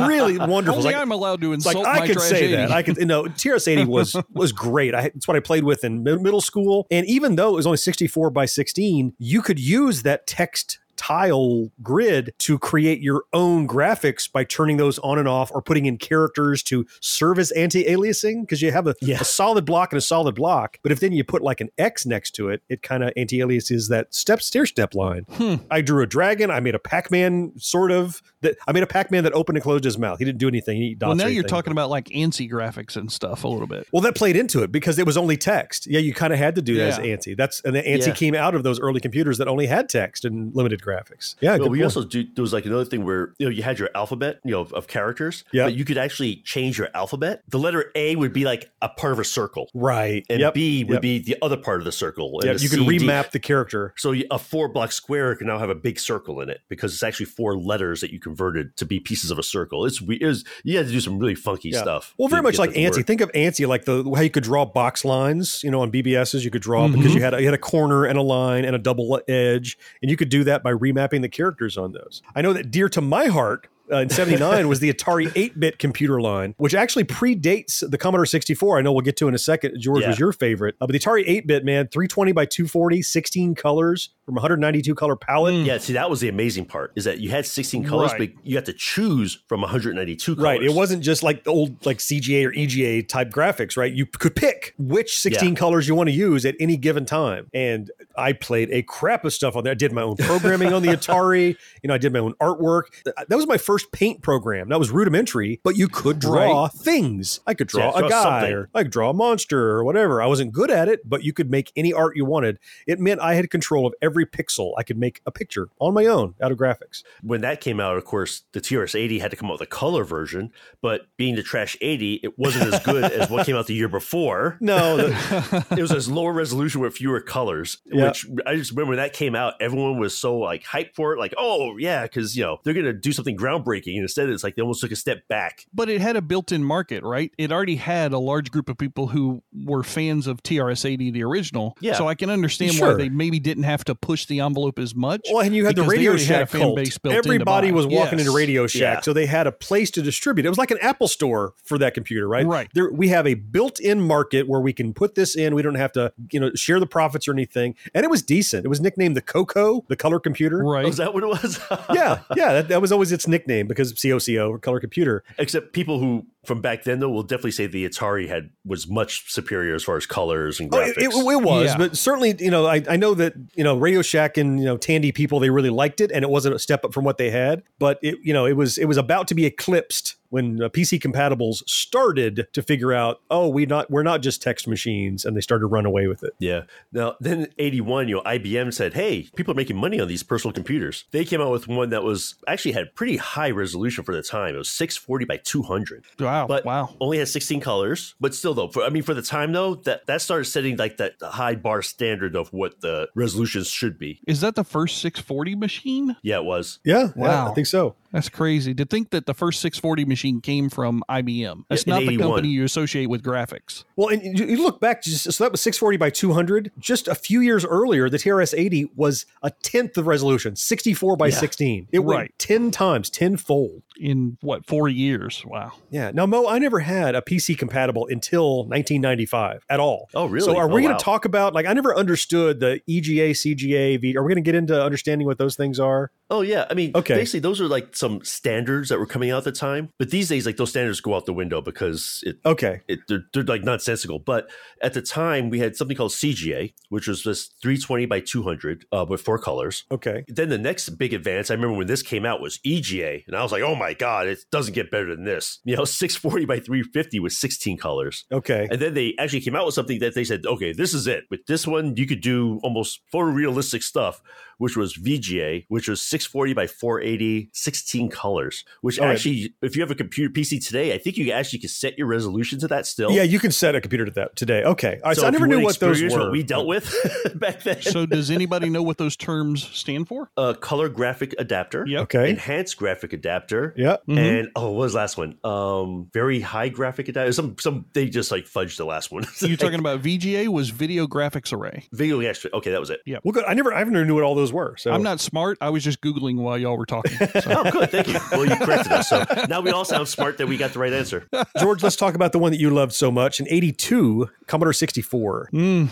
Speaker 3: really wonderful.
Speaker 5: Only
Speaker 3: Like-
Speaker 5: I'm allowed to
Speaker 3: it's like
Speaker 5: insult my
Speaker 3: I could
Speaker 5: trash
Speaker 3: say
Speaker 5: 80.
Speaker 3: that I could you know TRS 80 was was great. I, it's what I played with in mid- middle school, and even though it was only 64 by 16, you could use that text tile grid to create your own graphics by turning those on and off or putting in characters to serve as anti-aliasing because you have a,
Speaker 4: Yeah.
Speaker 3: a solid block and a solid block but if then you put like an x next to it it kind of anti-aliases that step stair step line i drew a dragon i made a pac-man sort of that i made a pac-man that opened and closed his mouth he didn't do anything he
Speaker 5: well, now you're talking about like ANSI graphics and stuff a little bit.
Speaker 3: well, that played into it because it was only text. Yeah, you kind of had to do that as
Speaker 5: Yeah.
Speaker 3: ANSI. That's and the ANSI
Speaker 4: Yeah.
Speaker 3: came out of those early computers that only had text and limited graphics. Yeah,
Speaker 4: Well,
Speaker 3: good
Speaker 4: we
Speaker 3: point.
Speaker 4: also do, there was like another thing where you know you had your alphabet, you know, of, of characters.
Speaker 3: Yeah.
Speaker 4: But you could actually change your alphabet. The letter A would be like a part of a circle,
Speaker 3: right.
Speaker 4: and
Speaker 3: Yep.
Speaker 4: B would
Speaker 3: Yep.
Speaker 4: be the other part of the circle. and
Speaker 3: Yep.
Speaker 4: the
Speaker 3: You can
Speaker 4: C, D.
Speaker 3: remap the character.
Speaker 4: So a four block square can now have a big circle in it because it's actually four letters that you converted to be pieces of a circle. It's we is you had to do some really funky
Speaker 3: Yeah.
Speaker 4: stuff.
Speaker 3: Well, very
Speaker 4: to
Speaker 3: much
Speaker 4: get
Speaker 3: like
Speaker 4: that to work.
Speaker 3: ANSI. Think of ANSI like the how you could draw box lines. You know, on BBSs you could draw
Speaker 4: Mm-hmm.
Speaker 3: because you had a, you had a corner and a line and a double e-, edge, and you could do that by remapping the characters on those. I know that dear to my heart. Uh, in 79 was the Atari 8-bit computer line, which actually predates the Commodore 64. I know we'll get to in a second. George
Speaker 4: Yeah.
Speaker 3: was your favorite. Uh, but the Atari 8-bit, man, 320 by 240, 16 colors from 192 color palette.
Speaker 4: Yeah, see, that was the amazing part is that you had 16 colors,
Speaker 5: Right.
Speaker 4: but you had to choose from 192 colors.
Speaker 3: Right. It wasn't just like the old like CGA or EGA type graphics, right? You could pick which 16
Speaker 4: Yeah.
Speaker 3: colors you want to use at any given time. And I played a crap of stuff on there. I did my own programming on the Atari. You know, I did my own artwork. Th- uh, That was my first paint program. That was rudimentary, but you could draw things. I could draw
Speaker 4: Yeah,
Speaker 3: a
Speaker 4: draw
Speaker 3: guy
Speaker 4: something.
Speaker 3: or I could draw a monster or whatever. I wasn't good at it, but you could make any art you wanted. It meant I had control of every pixel. I could make a picture on my own out of graphics.
Speaker 4: When that came out, of course, the TRS 80 had to come out with a color version, but being the trash 80, it wasn't as good as what came out the year before.
Speaker 3: No, the,
Speaker 4: It was as lower resolution with fewer colors,
Speaker 3: Yeah.
Speaker 4: which I just remember when that came out, everyone was so like hyped for it, like, oh, yeah, because, you know, they're going to do something groundbreaking. And instead, it's like they almost took a step back.
Speaker 5: But it had a built in market, right? It already had a large group of people who were fans of TRS 80, the original.
Speaker 4: Yeah.
Speaker 5: So I can understand
Speaker 3: Sure.
Speaker 5: why they maybe didn't have to push the envelope as much.
Speaker 3: Well, and you had the
Speaker 5: because they
Speaker 3: Radio
Speaker 5: already had
Speaker 3: Shack cult.
Speaker 5: built in to
Speaker 3: Everybody
Speaker 5: buy.
Speaker 3: was walking
Speaker 5: Yes.
Speaker 3: into Radio Shack,
Speaker 4: Yeah.
Speaker 3: so they had a place to distribute. It was like an Apple store for that computer, right?
Speaker 5: Right.
Speaker 3: There, we have a built-in market where we can put this in. We don't have to, you know, share the profits or anything. And it was decent. It was nicknamed the Coco, the color computer.
Speaker 5: Right.
Speaker 4: Was that what it was?
Speaker 3: Yeah, yeah. That, that was always its name because COCO or Color Computer.
Speaker 4: Except people who from back then though will definitely say the Atari had was much superior as far as colors and
Speaker 3: Oh,
Speaker 4: graphics.
Speaker 3: it, it, it was,
Speaker 5: Yeah.
Speaker 3: but certainly, you know, I, I know that, you know, Radio Shack and, you know, Tandy people, they really liked it and it wasn't a step up from what they had, but it, you know, it was, it was about to be eclipsed when uh, PC compatibles started to figure out, oh, we not, we're not just text machines and they started to run away with it.
Speaker 4: yeah. Now then, eighty one, you know, IBM said, "Hey, people are making money on these personal computers." They came out with one that was actually had pretty high resolution for the time. It was six forty by two hundred.
Speaker 5: Wow.
Speaker 4: but
Speaker 5: Oh, wow.
Speaker 4: only has 16 colors but still though for, i mean for the time though that that started setting like that high bar standard of what the resolutions should be
Speaker 5: Is that the first 640 machine?
Speaker 4: yeah it was
Speaker 3: Yeah. Yeah,
Speaker 5: Wow.
Speaker 3: I think so.
Speaker 5: That's crazy to think that the first 640 machine came from IBM. That's
Speaker 4: in
Speaker 5: not the
Speaker 4: 81.
Speaker 5: company you associate with graphics.
Speaker 3: Well, and you, you look back, just, so that was 640 by 200. Just a few years earlier, the TRS 80 was a tenth of resolution, 64 by 16. It went
Speaker 5: Right.
Speaker 3: 10 times, tenfold.
Speaker 5: In what, four years? Wow.
Speaker 3: Yeah. Now, Mo, I never had a PC compatible until 1995 at all.
Speaker 4: Oh, really?
Speaker 3: So, are
Speaker 4: Oh,
Speaker 3: we going
Speaker 4: wow.
Speaker 3: to talk about like I never understood the E EGA, CGA, V? Are we going to get into understanding what those things are?
Speaker 4: oh yeah i mean
Speaker 3: Okay.
Speaker 4: basically those are like some standards that were coming out at the time but these days like those standards go out the window because it
Speaker 3: Okay.
Speaker 4: it, they're, they're like nonsensical. But at the time, we had something called CGA, which was this 320 by 200 uh, with four colors.
Speaker 3: Okay.
Speaker 4: Then the next big advance, I remember when this came out, was EGA. And I was like, oh my God, it doesn't get better than this. You know, 640 by 350 with 16 colors.
Speaker 3: Okay.
Speaker 4: And then they actually came out with something that they said, okay, this is it. With this one, you could do almost photorealistic stuff, which was VGA, which was 640 by 480, 16 colors, which
Speaker 3: Oh, yeah.
Speaker 4: actually, if you have a computer PC today, I think you actually can set your resolution to that still.
Speaker 3: Yeah, you can set a computer to that today. Okay. All right. So, I
Speaker 4: if
Speaker 3: never
Speaker 4: you
Speaker 3: knew
Speaker 4: wanna
Speaker 3: what those
Speaker 4: experience
Speaker 3: were.
Speaker 4: we dealt with back then.
Speaker 5: So, does anybody know what those terms stand for?
Speaker 4: uh, color graphic adapter,
Speaker 5: Yep.
Speaker 3: Okay.
Speaker 4: enhanced graphic adapter,
Speaker 3: Yeah.
Speaker 5: Mhm.
Speaker 4: and oh, what was the last one? Um, very high graphic adapter. Some some they just like fudged the last one.
Speaker 5: You're talking about VGA was video graphics array.
Speaker 4: video extra? Okay, that was it.
Speaker 3: Well, good. I never, I never knew what all those were. So
Speaker 5: I'm not smart. I was just Googling while y'all were talking. So,
Speaker 4: Oh, good. Thank you. Well, you corrected us. So now we all sound smart that we got the right answer.
Speaker 3: George, let's talk about the one that you loved so much. In '82, Commodore 64.
Speaker 4: Hmm.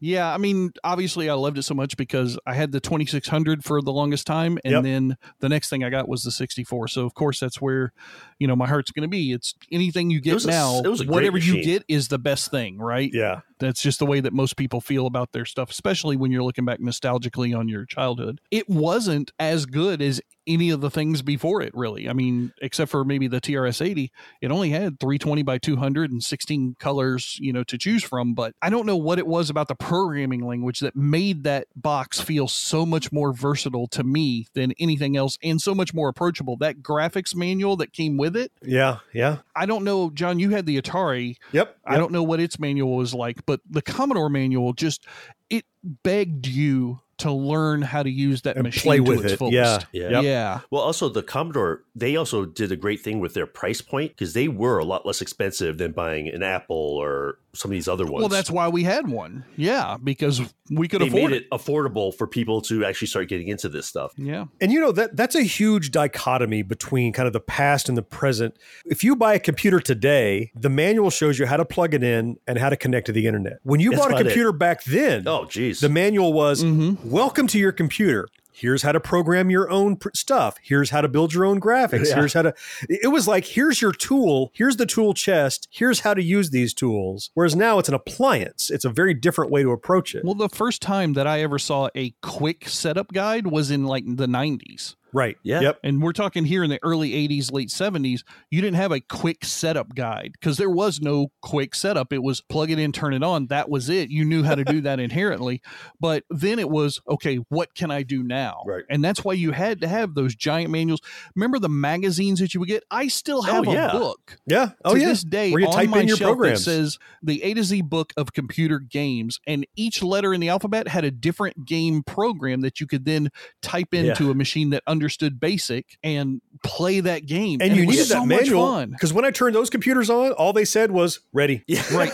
Speaker 5: yeah, I mean, obviously, I loved it so much because I had the 2600 for the longest time, and
Speaker 3: Yep.
Speaker 5: then the next thing I got was the 64. So, of course, that's where you know my heart's going to be. It's anything you get
Speaker 4: was a-
Speaker 5: now,
Speaker 4: it was a great
Speaker 5: whatever you
Speaker 4: machine.
Speaker 5: get is the best thing, right?
Speaker 3: Yeah.
Speaker 5: That's just the way that most people feel about their stuff, especially when you're looking back nostalgically on your childhood. It wasn't as good as any of the things before it, really. I mean, except for maybe the TRS 80, it only had 320 by 200 and 16 colors, you know, to choose from. But I don't know what it was about the programming language that made that box feel so much more versatile to me than anything else and so much more approachable. That graphics manual that came with it,
Speaker 3: Yeah. Yeah.
Speaker 5: I don't know, John, you had the Atari.
Speaker 3: Yep.
Speaker 5: I don't know what its manual was like, but the Commodore manual just it begged you to learn how to use that
Speaker 3: And
Speaker 5: machine
Speaker 3: play
Speaker 5: to
Speaker 3: with
Speaker 5: its
Speaker 3: it.
Speaker 5: fullest.
Speaker 3: Yeah.
Speaker 4: Yeah.
Speaker 3: Yep.
Speaker 5: Yeah.
Speaker 4: Well, also the Commodore, they also did a great thing with their price point because they were a lot less expensive than buying an Apple or some of these other ones.
Speaker 5: Well, that's why we had one. Yeah, because we could
Speaker 4: they
Speaker 5: afford
Speaker 4: made it affordable for people to actually start getting into this stuff.
Speaker 5: Yeah.
Speaker 3: And you know that that's a huge dichotomy between kind of the past and the present. If you buy a computer today, the manual shows you how to plug it in and how to connect to the internet. When you
Speaker 4: That's
Speaker 3: bought a
Speaker 4: about it.
Speaker 3: computer back then,
Speaker 4: Oh, geez.
Speaker 3: the manual was
Speaker 5: Mm-hmm.
Speaker 3: welcome to your computer. Here's how to program your own pr- stuff. Here's how to build your own graphics. Here's how to. It was like here's your tool. Here's the tool chest. Here's how to use these tools. Whereas now it's an appliance. It's a very different way to approach it.
Speaker 5: Well, the first time that I ever saw a quick setup guide was in like the 90s.
Speaker 3: right.
Speaker 4: Yeah.
Speaker 3: Yep.
Speaker 5: And we're talking here in the early 80s, late 70s, you didn't have a quick setup guide because there was no quick setup. It was plug it in, turn it on. That was it. You knew how to do that inherently. But then it was, okay, what can I do now?
Speaker 4: Right.
Speaker 5: And that's why you had to have those giant manuals. Remember the magazines that you would get? I still have
Speaker 4: Oh, yeah.
Speaker 5: a book
Speaker 3: Yeah. Oh
Speaker 5: to
Speaker 3: yeah.
Speaker 5: this day
Speaker 3: Where you
Speaker 5: on
Speaker 3: type
Speaker 5: my
Speaker 3: in your
Speaker 5: shelf
Speaker 3: programs.
Speaker 5: it says the A to Z book of computer games, and each letter in the alphabet had a different game program that you could then type into a machine that understood BASIC and play that game.
Speaker 3: and, you
Speaker 5: it was
Speaker 3: needed
Speaker 5: so
Speaker 3: that
Speaker 5: much
Speaker 3: manual
Speaker 5: fun.
Speaker 3: because when I turned those computers on, all they said was "ready."
Speaker 5: right?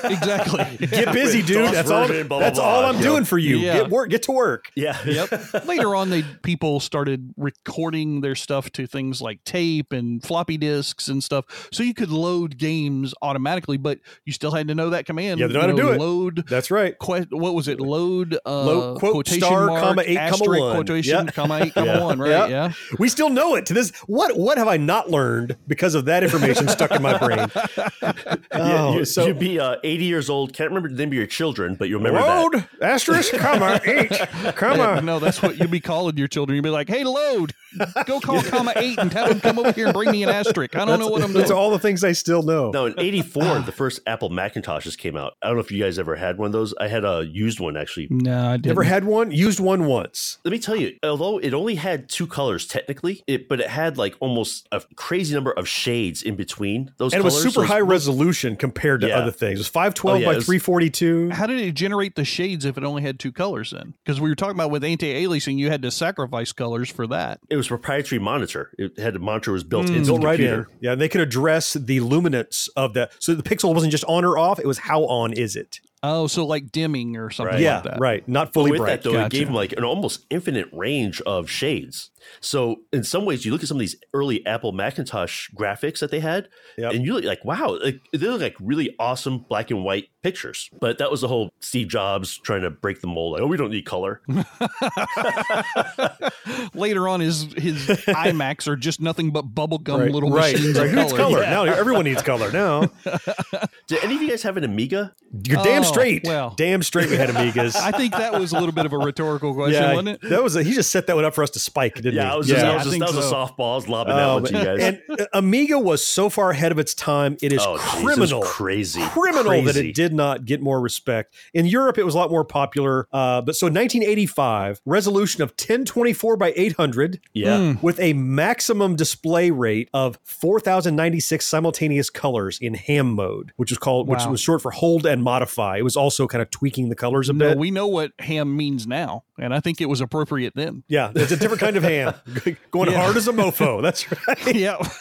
Speaker 5: Exactly.
Speaker 3: Get busy,
Speaker 4: With
Speaker 3: dude.
Speaker 4: DOS
Speaker 3: that's all.
Speaker 4: version, blah, blah,
Speaker 3: that's
Speaker 4: blah.
Speaker 3: all I'm
Speaker 4: Yep.
Speaker 3: doing for you.
Speaker 5: Yeah.
Speaker 3: Get work. Get to work.
Speaker 4: yeah.
Speaker 5: Yep. Later on, they people started recording their stuff to things like tape and floppy disks and stuff, so you could load games automatically. But you still had to know that command.
Speaker 3: Yeah, they know
Speaker 5: you
Speaker 3: how to do it.
Speaker 5: Load
Speaker 3: That's right.
Speaker 5: que- what was it? Load, uh,
Speaker 3: Load- quote,
Speaker 5: quotation
Speaker 3: star,
Speaker 5: mark,
Speaker 3: comma, eight, comma,
Speaker 5: asterisk,
Speaker 3: one.
Speaker 5: quotation,
Speaker 3: Yeah.
Speaker 5: comma eight, comma
Speaker 4: Yeah.
Speaker 5: one, right?
Speaker 3: Yeah.
Speaker 5: Yeah.
Speaker 3: We still know it to this. What what have I not learned because of that information stuck in my brain?
Speaker 4: Yeah,
Speaker 3: Oh,
Speaker 4: you,
Speaker 3: so-
Speaker 4: would be uh, 80 years old. Can't remember the name of your children, but you remember that.
Speaker 3: Road asterisk comma eight comma.
Speaker 5: No, that's what you'd be calling your children. You'd be like, "Hey, load, go call comma eight and have them come over here and bring me an asterisk." I don't know what I'm doing.
Speaker 3: That's all the things I still know.
Speaker 4: No, in 84, the first Apple Macintoshes came out. I don't know if you guys ever had one of those. I had a used one, actually.
Speaker 3: Mm.
Speaker 5: no, I didn't.
Speaker 3: Never had one. Used one once.
Speaker 4: Let me tell you, although it only had two colors technically, it but it had like almost a crazy number of shades in between those
Speaker 3: And it was
Speaker 4: colors.
Speaker 3: super
Speaker 4: So
Speaker 3: high resolution compared to
Speaker 4: Yeah.
Speaker 3: other things. It was 512
Speaker 4: Oh, yeah,
Speaker 3: by
Speaker 4: it was-
Speaker 3: 342.
Speaker 5: How did it generate the shades if it only had two colors then? Because we were talking about with anti-aliasing, you had to sacrifice colors for that.
Speaker 4: It was proprietary monitor. It had a monitor was built into
Speaker 3: Built
Speaker 4: the
Speaker 3: Mm, right
Speaker 4: computer.
Speaker 3: in. Yeah, and they could address the luminance of the. So the pixel wasn't just on or off. It was how on is it?
Speaker 5: Oh, so like dimming or something
Speaker 4: Right.
Speaker 3: yeah,
Speaker 5: like that.
Speaker 3: right. Not fully
Speaker 4: with
Speaker 3: bright.
Speaker 4: that though,
Speaker 5: Gotcha.
Speaker 4: it gave him like an almost infinite range of shades. So in some ways, you look at some of these early Apple Macintosh graphics that they had,
Speaker 3: Yep.
Speaker 4: and you look like, wow, like, they look like really awesome black and white pictures. But that was the whole Steve Jobs trying to break the mold. Like, oh, we don't need color.
Speaker 5: Later on, his his IMAX are just nothing but bubblegum
Speaker 3: Right,
Speaker 5: little
Speaker 3: right.
Speaker 5: machines.
Speaker 3: right.
Speaker 5: of
Speaker 3: Who needs color?
Speaker 5: Yeah.
Speaker 3: Now everyone needs color now.
Speaker 4: Did any of you guys have an Amiga?
Speaker 3: You're damn
Speaker 5: Oh,
Speaker 3: straight.
Speaker 5: well.
Speaker 3: Damn straight we had Amigas.
Speaker 5: I think that was a little bit of a rhetorical question, wasn't it?
Speaker 3: that was a, he just set that one up for us to spike, didn't he?
Speaker 4: Yeah, I was just,
Speaker 5: Yeah,
Speaker 4: I was
Speaker 5: I
Speaker 4: just
Speaker 5: think
Speaker 4: that was
Speaker 5: so.
Speaker 4: a softball. I was lobbing that
Speaker 3: Um,
Speaker 4: one to you guys.
Speaker 3: and uh, Amiga was so far ahead of its time, it is
Speaker 4: Oh, geez, it was
Speaker 3: criminal,
Speaker 4: crazy,
Speaker 3: criminal that
Speaker 4: crazy.
Speaker 3: it did not get more respect. In Europe, it was a lot more popular. Uh, but so, in 1985, resolution of 1024 by 800,
Speaker 4: yeah,
Speaker 5: Hmm.
Speaker 3: with a maximum display rate of 4096 simultaneous colors in ham mode which was called which
Speaker 5: Wow.
Speaker 3: was short for hold and modify it was also kind of tweaking the colors a
Speaker 5: No,
Speaker 3: bit
Speaker 5: we know what ham means now, and I think it was appropriate then.
Speaker 3: yeah it's a different kind of ham going
Speaker 5: Yeah.
Speaker 3: hard as a mofo that's right
Speaker 5: yeah.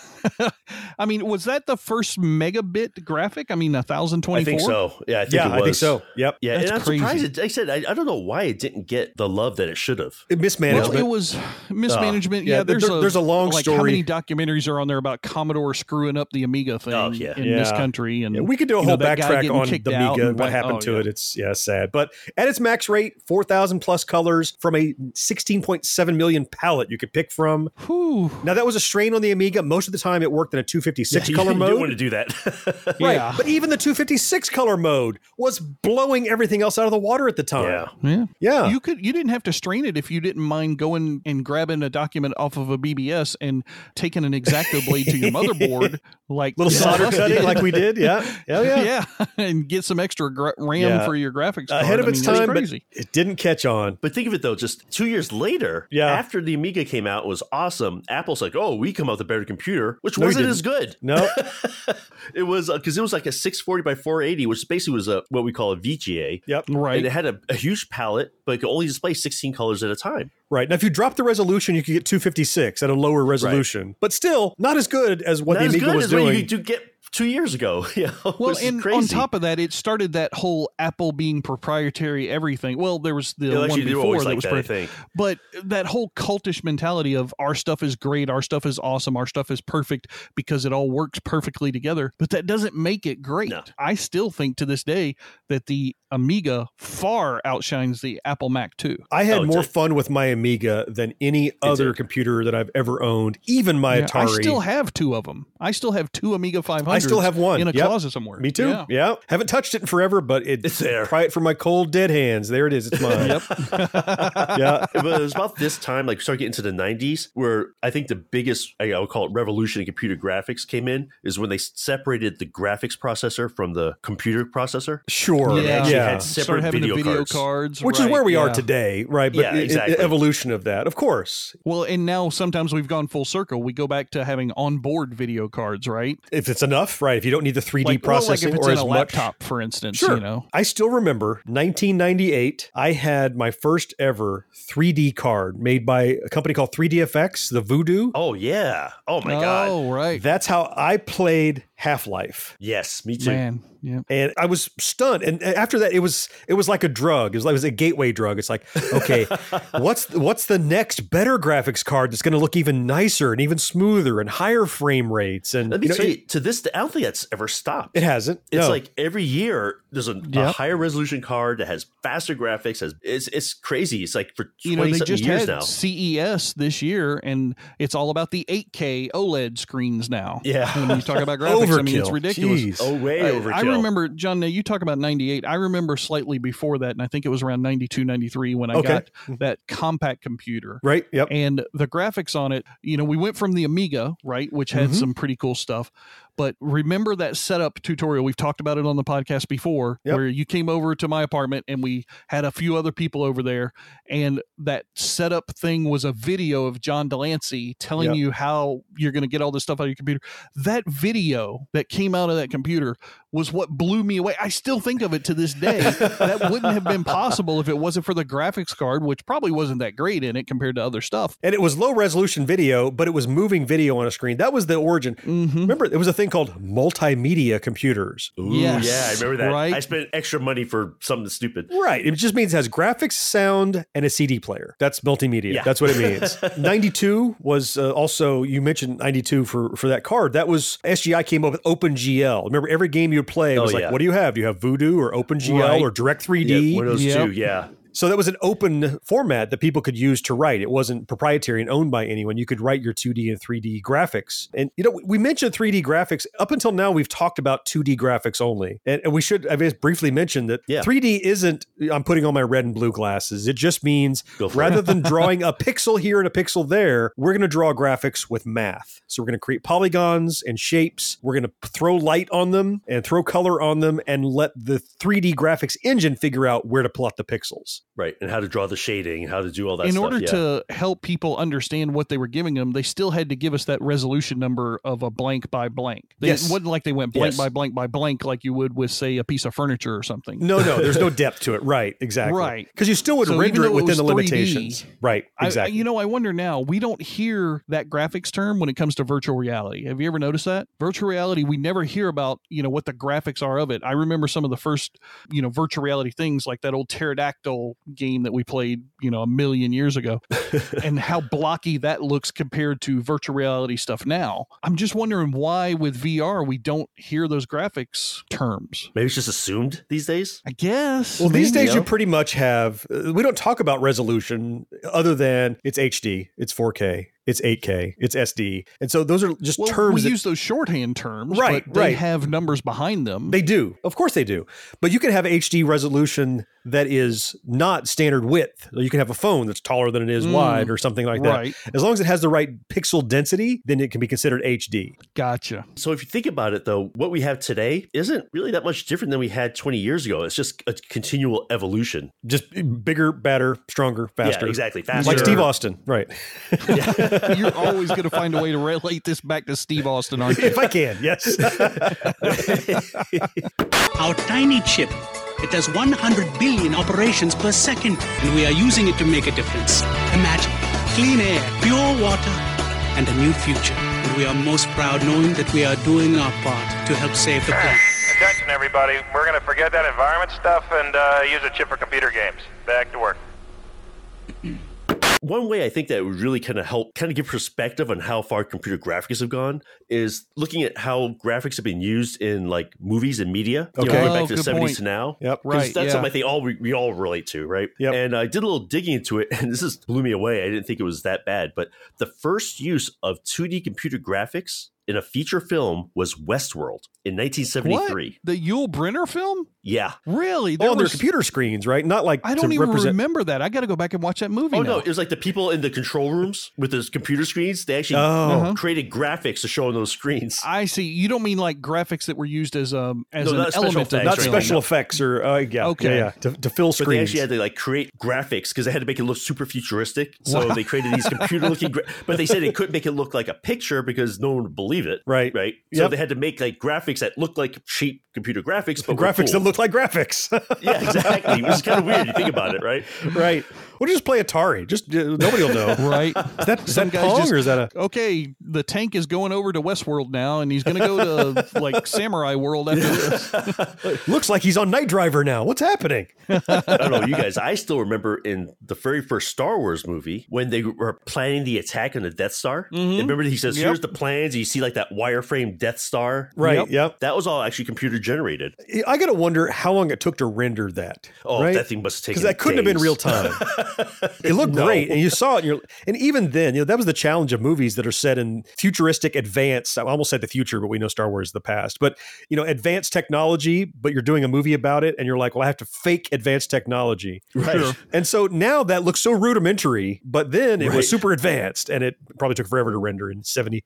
Speaker 5: I mean, was that the first megabit graphic? I mean, a thousand
Speaker 4: I
Speaker 5: twenty-four.
Speaker 4: think so. Yeah, I think
Speaker 3: yeah
Speaker 4: it was.
Speaker 3: i think so yep
Speaker 4: Yeah,
Speaker 5: That's
Speaker 4: and I'm
Speaker 5: crazy.
Speaker 4: surprised. It, like I said I, I don't know why it didn't get the love that it should have.
Speaker 3: It mismanaged
Speaker 5: Well, it was mismanagement.
Speaker 3: Oh, yeah,
Speaker 5: yeah,
Speaker 3: there-
Speaker 5: there's
Speaker 3: there-
Speaker 5: a
Speaker 3: there's a long
Speaker 5: like How
Speaker 3: story.
Speaker 5: many documentaries are on there about Commodore screwing up the Amiga thing
Speaker 4: Oh, yeah.
Speaker 5: in this
Speaker 3: Yeah.
Speaker 5: country? And
Speaker 3: Yeah, we could do a
Speaker 5: you know,
Speaker 3: whole
Speaker 5: that guy
Speaker 3: backtrack
Speaker 5: getting
Speaker 3: on
Speaker 5: kicked
Speaker 3: the
Speaker 5: out
Speaker 3: Mega,
Speaker 5: and
Speaker 3: what happened
Speaker 5: oh,
Speaker 3: to
Speaker 5: yeah.
Speaker 3: it. It's yeah, sad. But at its max rate, four thousand plus colors from a sixteen point seven million palette you could pick from.
Speaker 5: Whew.
Speaker 3: Now that was a strain on the Amiga. Most of the time, it worked in a two fifty six
Speaker 4: you
Speaker 3: color
Speaker 4: didn't
Speaker 3: mode.
Speaker 4: want to do that.
Speaker 3: Right.
Speaker 5: Yeah.
Speaker 3: But even the 256 color mode was blowing everything else out of the water at the
Speaker 4: yeah.
Speaker 3: time.
Speaker 5: Yeah.
Speaker 3: Yeah.
Speaker 5: You could you didn't have to strain it if you didn't mind going and grabbing a document off of a BBS and taking an exacto blade to your motherboard like
Speaker 3: Little
Speaker 5: some of
Speaker 3: solder
Speaker 5: us
Speaker 3: cutting
Speaker 5: did.
Speaker 3: like we did. Yeah. Yeah. Yeah.
Speaker 5: yeah. and get some extra gra- RAM
Speaker 3: Yeah.
Speaker 5: for your graphics card.
Speaker 3: Ahead of
Speaker 5: I
Speaker 3: its
Speaker 5: mean, that's
Speaker 3: time, but
Speaker 5: crazy.
Speaker 3: it didn't catch on.
Speaker 4: But think of it though, just two years later,
Speaker 3: Yeah.
Speaker 4: after the Amiga came out, was awesome. Apple's like, oh, we come out with a better computer, which
Speaker 3: No, you
Speaker 4: wasn't
Speaker 3: didn't.
Speaker 4: as good.
Speaker 3: No.
Speaker 4: It was because it was like a 640 by 480, which basically was a what we call a VGA.
Speaker 3: yep.
Speaker 5: right.
Speaker 4: And it had a, a huge palette, but it could only display 16 colors at a time.
Speaker 3: Right. Now, if you drop the resolution, you could get 256 at a lower resolution, but still not as good as what
Speaker 4: Not
Speaker 3: the
Speaker 4: as
Speaker 3: Amiga
Speaker 4: good
Speaker 3: was
Speaker 4: as what
Speaker 3: doing.
Speaker 4: you could do- get two years ago. You know,
Speaker 5: well,
Speaker 4: which is
Speaker 5: and
Speaker 4: crazy.
Speaker 5: on top of that, it started that whole Apple being proprietary everything. Well, there was the
Speaker 4: They'll
Speaker 5: one
Speaker 4: actually do
Speaker 5: before
Speaker 4: always
Speaker 5: that
Speaker 4: like
Speaker 5: was
Speaker 4: that, I
Speaker 5: proprietary.
Speaker 4: think.
Speaker 5: But that whole cultish mentality of our stuff is great, our stuff is awesome, our stuff is perfect because it all works perfectly together. But that doesn't make it great.
Speaker 4: No.
Speaker 5: I still think to this day that the Amiga far outshines the Apple Mac 2.
Speaker 3: I had
Speaker 4: Oh, it
Speaker 3: more
Speaker 4: did.
Speaker 3: fun with my Amiga than any other
Speaker 4: did.
Speaker 3: computer that I've ever owned, even my
Speaker 5: Yeah,
Speaker 3: Atari.
Speaker 5: I still have two of them. I still have two Amiga 500s.
Speaker 3: I still have one.
Speaker 5: in a
Speaker 3: Yep.
Speaker 5: closet somewhere.
Speaker 3: Me too. Yeah.
Speaker 5: Yeah.
Speaker 3: Haven't touched it in forever, but it,
Speaker 4: It's there.
Speaker 3: Pry it from my cold dead hands. There it is. It's mine. yep. yeah.
Speaker 4: but it was about this time, like start getting to the '90s, where I think the biggest I I would call it revolution in computer graphics came in is when they s- separated the graphics processor from the computer processor.
Speaker 3: Sure.
Speaker 5: Yeah.
Speaker 4: Actually had
Speaker 5: Start
Speaker 4: separate
Speaker 5: having
Speaker 4: video,
Speaker 5: the video
Speaker 4: cards.
Speaker 5: cards,
Speaker 3: Which is
Speaker 5: right,
Speaker 3: where we are
Speaker 5: yeah.
Speaker 3: today, right?
Speaker 4: Yeah,
Speaker 3: i- i-
Speaker 4: exactly.
Speaker 3: evolution of that, of course.
Speaker 5: Well, and now sometimes we've gone full circle. We go back to having onboard video cards, right?
Speaker 3: If it's enough, right? If you don't need the 3D
Speaker 5: well, like
Speaker 3: processing
Speaker 5: if it's
Speaker 3: or
Speaker 5: in
Speaker 3: as
Speaker 5: a
Speaker 3: much.
Speaker 5: laptop, for instance,
Speaker 3: Sure.
Speaker 5: you know.
Speaker 3: I still remember 1998. I had my first ever 3D card made by a company called 3DFX, the Voodoo.
Speaker 4: Oh yeah. Oh my god.
Speaker 5: oh, right.
Speaker 3: That's how I played Half Life.
Speaker 4: Yes, me too.
Speaker 5: Man, yeah.
Speaker 3: And I was stunned. And after that, it was it was like a drug. It was like it was a gateway drug. It's like, okay, what's what's the next better graphics card that's going to look even nicer and even smoother and higher frame rates? And
Speaker 4: Let me
Speaker 3: you know,
Speaker 4: tell you,
Speaker 3: it,
Speaker 4: to this, I don't think that's ever stopped.
Speaker 3: it hasn't.
Speaker 4: It's
Speaker 3: No.
Speaker 4: like every year there's a, a
Speaker 5: Yep.
Speaker 4: higher resolution card that has faster graphics. Has it's it's crazy. It's like for twenty
Speaker 5: You know, they
Speaker 4: something
Speaker 5: just
Speaker 4: years
Speaker 5: had
Speaker 4: now.
Speaker 5: CES this year, and it's all about the 8K OLED E screens now.
Speaker 4: Yeah.
Speaker 5: When you talk about graphics, I mean, it's
Speaker 3: Overkill.
Speaker 5: ridiculous.
Speaker 3: Jeez.
Speaker 4: Oh, way
Speaker 5: I-
Speaker 4: overkill.
Speaker 5: I remember, John, now you talk about 98. I remember slightly before that, and I think it was around 92, 93 when I
Speaker 3: Okay.
Speaker 5: got that compact computer.
Speaker 3: right. Yep.
Speaker 5: And the graphics on it, you know, we went from the Amiga, right, which had some pretty cool stuff. But remember that setup tutorial? We've talked about it on the podcast before,
Speaker 3: Yep.
Speaker 5: where you came over to my apartment and we had a few other people over there. And that setup thing was a video of John Delancey telling
Speaker 3: Yep.
Speaker 5: you how you're going to get all this stuff out of your computer. That video that came out of that computer was what blew me away. I still think of it to this day. that wouldn't have been possible if it wasn't for the graphics card, which probably wasn't that great in it compared to other stuff.
Speaker 3: and it was low resolution video, but it was moving video on a screen. That was the origin.
Speaker 5: Mm-hmm.
Speaker 4: Mm-hmm.
Speaker 3: Remember, it was a thing called multimedia computers.
Speaker 4: Ooh,
Speaker 5: Yes,
Speaker 4: yeah, I remember that.
Speaker 5: right?
Speaker 4: I spent extra money for something stupid.
Speaker 3: Right. It just means it has graphics, sound, and a CD player. That's multimedia.
Speaker 4: Yeah.
Speaker 3: That's what it means. 92 was uh, also, you mentioned 92 for, for that card. That was SGI came up with OpenGL. Remember, every game you would play was
Speaker 4: Oh,
Speaker 3: like,
Speaker 4: yeah.
Speaker 3: what do you have? Do you have Voodoo or OpenGL
Speaker 5: Right.
Speaker 3: or
Speaker 4: Yeah,
Speaker 3: Direct3D?
Speaker 4: one of those
Speaker 5: Yep.
Speaker 4: two. Yeah,
Speaker 3: so that was an open format that people could use to write. It wasn't proprietary and owned by anyone. You could write your 2D and 3D graphics. And, you know, we mentioned 3D graphics. Up until now, we've talked about 2D graphics only. And, and we should, I just briefly mention that
Speaker 4: Yeah.
Speaker 3: 3D isn't, I'm putting on my red and blue glasses. It just means
Speaker 4: Go for
Speaker 3: rather than drawing a pixel here and a pixel there, we're going to draw graphics with math. So we're going to create polygons and shapes. We're going to throw light on them and throw color on them and let the 3D graphics engine figure out where to plot the pixels.
Speaker 4: right. And how to draw the shading, and how to do all that.
Speaker 5: in
Speaker 4: stuff,
Speaker 5: order
Speaker 4: yeah.
Speaker 5: to help people understand what they were giving them, they still had to give us that resolution number of a blank by blank. They,
Speaker 3: Yes.
Speaker 5: It wasn't like they went blank
Speaker 4: Yes.
Speaker 5: by blank by blank like you would with, say, a piece of furniture or something.
Speaker 3: No, no, there's no depth to it. Right, exactly.
Speaker 5: Right.
Speaker 3: Because you still would
Speaker 5: So even
Speaker 3: render
Speaker 5: though
Speaker 3: it
Speaker 5: it
Speaker 3: within
Speaker 5: was
Speaker 3: the
Speaker 5: 3D,
Speaker 3: limitations. Right,
Speaker 5: I-
Speaker 3: exactly.
Speaker 5: I, you know, I wonder now, we don't hear that graphics term when it comes to virtual reality. Have you ever noticed that? Virtual reality, we never hear about, you know, what the graphics are of it. I remember some of the first, you know, virtual reality things like that old pterodactyl game that we played, you know, a million years ago and how blocky that looks compared to virtual reality stuff now. I'm just wondering why with VR we don't hear those graphics terms.
Speaker 4: Maybe it's just assumed these days.
Speaker 5: I guess.
Speaker 3: well, these
Speaker 5: maybe.
Speaker 3: days you pretty much have. uh, We don't talk about resolution other than it's HD, it's 4K, it's 8K, it's SD, and so those are just
Speaker 5: Well,
Speaker 3: terms.
Speaker 5: we
Speaker 3: that-
Speaker 5: use those shorthand terms,
Speaker 3: Right,
Speaker 5: But they
Speaker 3: right.
Speaker 5: have numbers behind them.
Speaker 3: They do. Of course they do. But you can have HD resolution that is not standard width. You can have a phone that's taller than it is
Speaker 5: Mm,
Speaker 3: wide or something like that.
Speaker 5: right.
Speaker 3: As long as it has the right pixel density, then it can be considered HD.
Speaker 5: Gotcha.
Speaker 4: So if you think about it, though, what we have today isn't really that much different than we had 20 years ago. It's just a continual evolution.
Speaker 3: Just bigger, better, stronger, faster.
Speaker 4: Yeah, exactly. Faster.
Speaker 3: Like Steve Austin, right?
Speaker 5: You're always going to find a way to relate this back to Steve Austin, aren't you?
Speaker 3: if I can, yes.
Speaker 2: Our tiny chip. It does 100 billion operations per second, and we are using it to make a difference. Imagine clean air, pure water, and a new future. And we are most proud knowing that we are doing our part to help save the planet.
Speaker 9: Attention, everybody. We're going to forget that environment stuff and uh, use a chip for computer games. Back to work.
Speaker 4: One way I think that would really kind of help kind of give perspective on how far computer graphics have gone is looking at how graphics have been used in like movies and media. You know,
Speaker 3: Okay.
Speaker 4: going back
Speaker 5: Oh,
Speaker 4: to the
Speaker 5: good
Speaker 4: 70s
Speaker 5: point.
Speaker 4: to now.
Speaker 3: Yep.
Speaker 4: 'Cause
Speaker 5: Right,
Speaker 4: That's
Speaker 5: yeah.
Speaker 4: something I think all we, we all relate to, right?
Speaker 3: Yep.
Speaker 4: And I did a little digging into it, and this is blew me away. I didn't think it was that bad. But the first use of 2D computer graphics in a feature film was Westworld in 1973.
Speaker 5: The Yule Brenner film?
Speaker 4: Yeah.
Speaker 5: Really?
Speaker 3: Oh, on their
Speaker 5: was-
Speaker 3: computer screens, right? Not like
Speaker 5: I don't
Speaker 3: to
Speaker 5: even
Speaker 3: represent.
Speaker 5: remember that. I got to go back and watch that movie.
Speaker 4: Oh
Speaker 5: now.
Speaker 4: no! It was like the people in the control rooms with those computer screens. They actually
Speaker 5: Uh-huh.
Speaker 3: Oh.
Speaker 4: created graphics to show on those screens.
Speaker 5: I see. You don't mean like graphics that were used as um as
Speaker 4: No,
Speaker 5: an
Speaker 4: not special
Speaker 5: element of
Speaker 4: effects,
Speaker 3: Not
Speaker 5: the
Speaker 4: right.
Speaker 5: film.
Speaker 3: special effects or uh, yeah,
Speaker 5: Okay.
Speaker 3: yeah, yeah, to, to fill
Speaker 4: But they
Speaker 3: screens.
Speaker 4: actually had to like create graphics because they had to make it look super futuristic. So they created these computer looking, gra- but they said they couldn't make it look like a picture because no one would believe it.
Speaker 3: Right.
Speaker 4: Right. So
Speaker 3: Yep.
Speaker 4: they had to make like graphics that looked like cheap computer graphics, but were
Speaker 3: graphics that
Speaker 4: cool.
Speaker 3: look like graphics,
Speaker 4: yeah, exactly. Which is kind of weird. if You think about it, right?
Speaker 3: right? We'll just play Atari. Just uh, nobody will know.
Speaker 5: right?
Speaker 3: Is that, is
Speaker 5: Some
Speaker 3: that
Speaker 5: guys
Speaker 3: Pong
Speaker 5: just-
Speaker 3: or is that a?
Speaker 5: Okay, the tank is going over to Westworld now, and he's going to go to like Samurai World after this.
Speaker 3: Looks like he's on Night Driver now. What's happening?
Speaker 4: I don't know, you guys. I still remember in the very first Star Wars movie when they were planning the attack on the Death Star.
Speaker 3: Mm-hmm.
Speaker 4: And Remember, he says,
Speaker 5: Yep.
Speaker 4: "Here's the plans." And you see, like that wireframe Death Star.
Speaker 3: Right, yep.
Speaker 4: That was all actually computer generated.
Speaker 3: I gotta wonder how long it took to render that.
Speaker 4: Oh,
Speaker 3: right?
Speaker 4: that thing must have taken
Speaker 3: because that couldn't have been
Speaker 4: days.
Speaker 3: real time. it looked
Speaker 4: No.
Speaker 3: great, and you saw it. And, you're, and even then, you know that was the challenge of movies that are set in futuristic, advanced. I almost said the future, but we know Star Wars is the past. But you know, advanced technology. But you're doing a movie about it, and you're like, well, I have to fake advanced technology.
Speaker 4: Right. Sure.
Speaker 3: And so now that looks so rudimentary, but then it
Speaker 4: Right.
Speaker 3: was super advanced, and it probably took forever to render in seventy.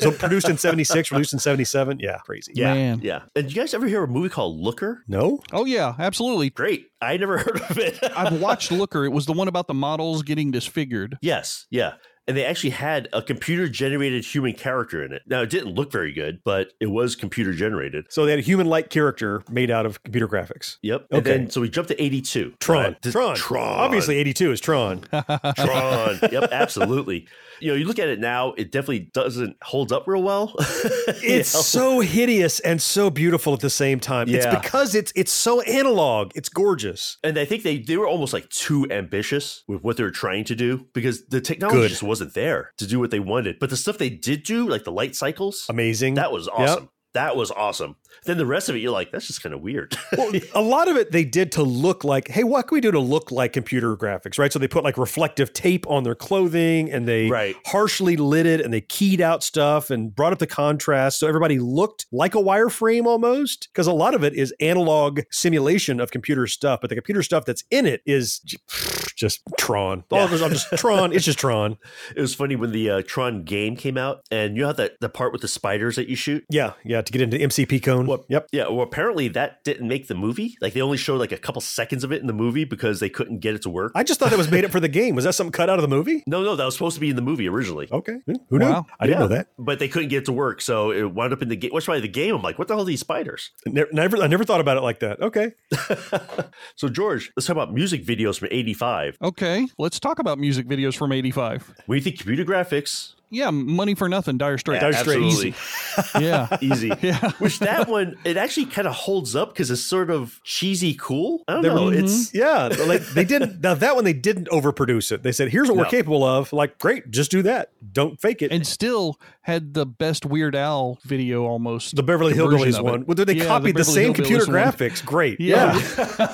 Speaker 3: so produced in seventy six, released in seventy seven. Yeah, crazy.
Speaker 4: Yeah,
Speaker 5: Man.
Speaker 4: yeah. And you guys ever hear a movie called Looker?
Speaker 3: No.
Speaker 5: Oh yeah, absolutely.
Speaker 4: Great. I never heard of it.
Speaker 5: I've watched Looker. It was the one about the models getting disfigured.
Speaker 4: Yes, yeah. And they actually had a computer generated human character in it. Now, it didn't look very good, but it was computer generated.
Speaker 3: So they had a human like character made out of computer graphics.
Speaker 4: Yep. And
Speaker 3: Okay.
Speaker 4: then, so we jumped to 82.
Speaker 3: Tron.
Speaker 4: Uh, th-
Speaker 3: Tron.
Speaker 4: Tron.
Speaker 3: Obviously, 82 is Tron.
Speaker 4: Tron. yep, absolutely. You know, you look at it now, it definitely doesn't hold up real well. You
Speaker 3: It's
Speaker 4: know?
Speaker 3: so hideous and so beautiful at the same time.
Speaker 4: Yeah.
Speaker 3: It's because it's it's so analog. It's gorgeous.
Speaker 4: and I think they, they were almost like too ambitious with what they were trying to do because the technology
Speaker 3: Good.
Speaker 4: just wasn't there to do what they wanted. But the stuff they did do, like the light cycles,
Speaker 3: Amazing.
Speaker 4: that was awesome. That was awesome. Then the rest of it, you're like, that's just kind of weird.
Speaker 3: Well, a lot of it they did to look like, hey, what can we do to look like computer graphics, right? So they put like reflective tape on their clothing and they
Speaker 4: Right.
Speaker 3: harshly lit it and they keyed out stuff and brought up the contrast. So everybody looked like a wireframe almost because a lot of it is analog simulation of computer stuff, but the computer stuff that's in it is j- just Tron. All of
Speaker 4: Yeah.
Speaker 3: those- I'm just Tron. It's just Tron.
Speaker 4: It was funny when the uh, Tron game came out, and you know how that the part with the spiders that you shoot.
Speaker 3: Yeah, yeah. To get into MCP cone. Yep.
Speaker 4: Yeah, well, apparently that didn't make the movie. Like they only showed like a couple seconds of it in the movie because they couldn't get it to work.
Speaker 3: I just thought that was made up for the game. Was that something cut out of the movie?
Speaker 4: no, no, that was supposed to be in the movie originally,
Speaker 3: Okay. Who knew?
Speaker 5: Wow.
Speaker 3: Oh, I didn't
Speaker 4: Yeah.
Speaker 3: know that.
Speaker 4: but they couldn't get it to work, so it wound up in the game. Which why the game, I'm like, what the hell are these spiders?
Speaker 3: Ne- Never, I never thought about it like that. Okay.
Speaker 4: So George, let's talk about music videos from '85.
Speaker 5: Okay, let's talk about music videos from '85.
Speaker 4: When you think computer graphics,
Speaker 5: Yeah, money for nothing. Dire Straits.
Speaker 3: Dire Straits.
Speaker 4: absolutely.
Speaker 5: Yeah.
Speaker 4: easy.
Speaker 5: Yeah.
Speaker 4: Which that one, it actually kind of holds up because it's sort of cheesy cool. I don't
Speaker 3: They were-
Speaker 4: know. It's
Speaker 3: Yeah, but, like they didn't. Now that one they didn't overproduce it. They said, "Here's what we're
Speaker 4: No.
Speaker 3: capable of." Like, great, just do that. Don't fake it.
Speaker 5: and still had the best Weird Al video almost.
Speaker 3: the Beverly
Speaker 5: version of
Speaker 3: Hillbillies
Speaker 5: it.
Speaker 3: one. Well, they
Speaker 5: Yeah,
Speaker 3: copied the,
Speaker 5: Beverly
Speaker 3: same
Speaker 5: Hillbillies
Speaker 3: computer
Speaker 5: one.
Speaker 3: graphics. Great.
Speaker 5: Yeah.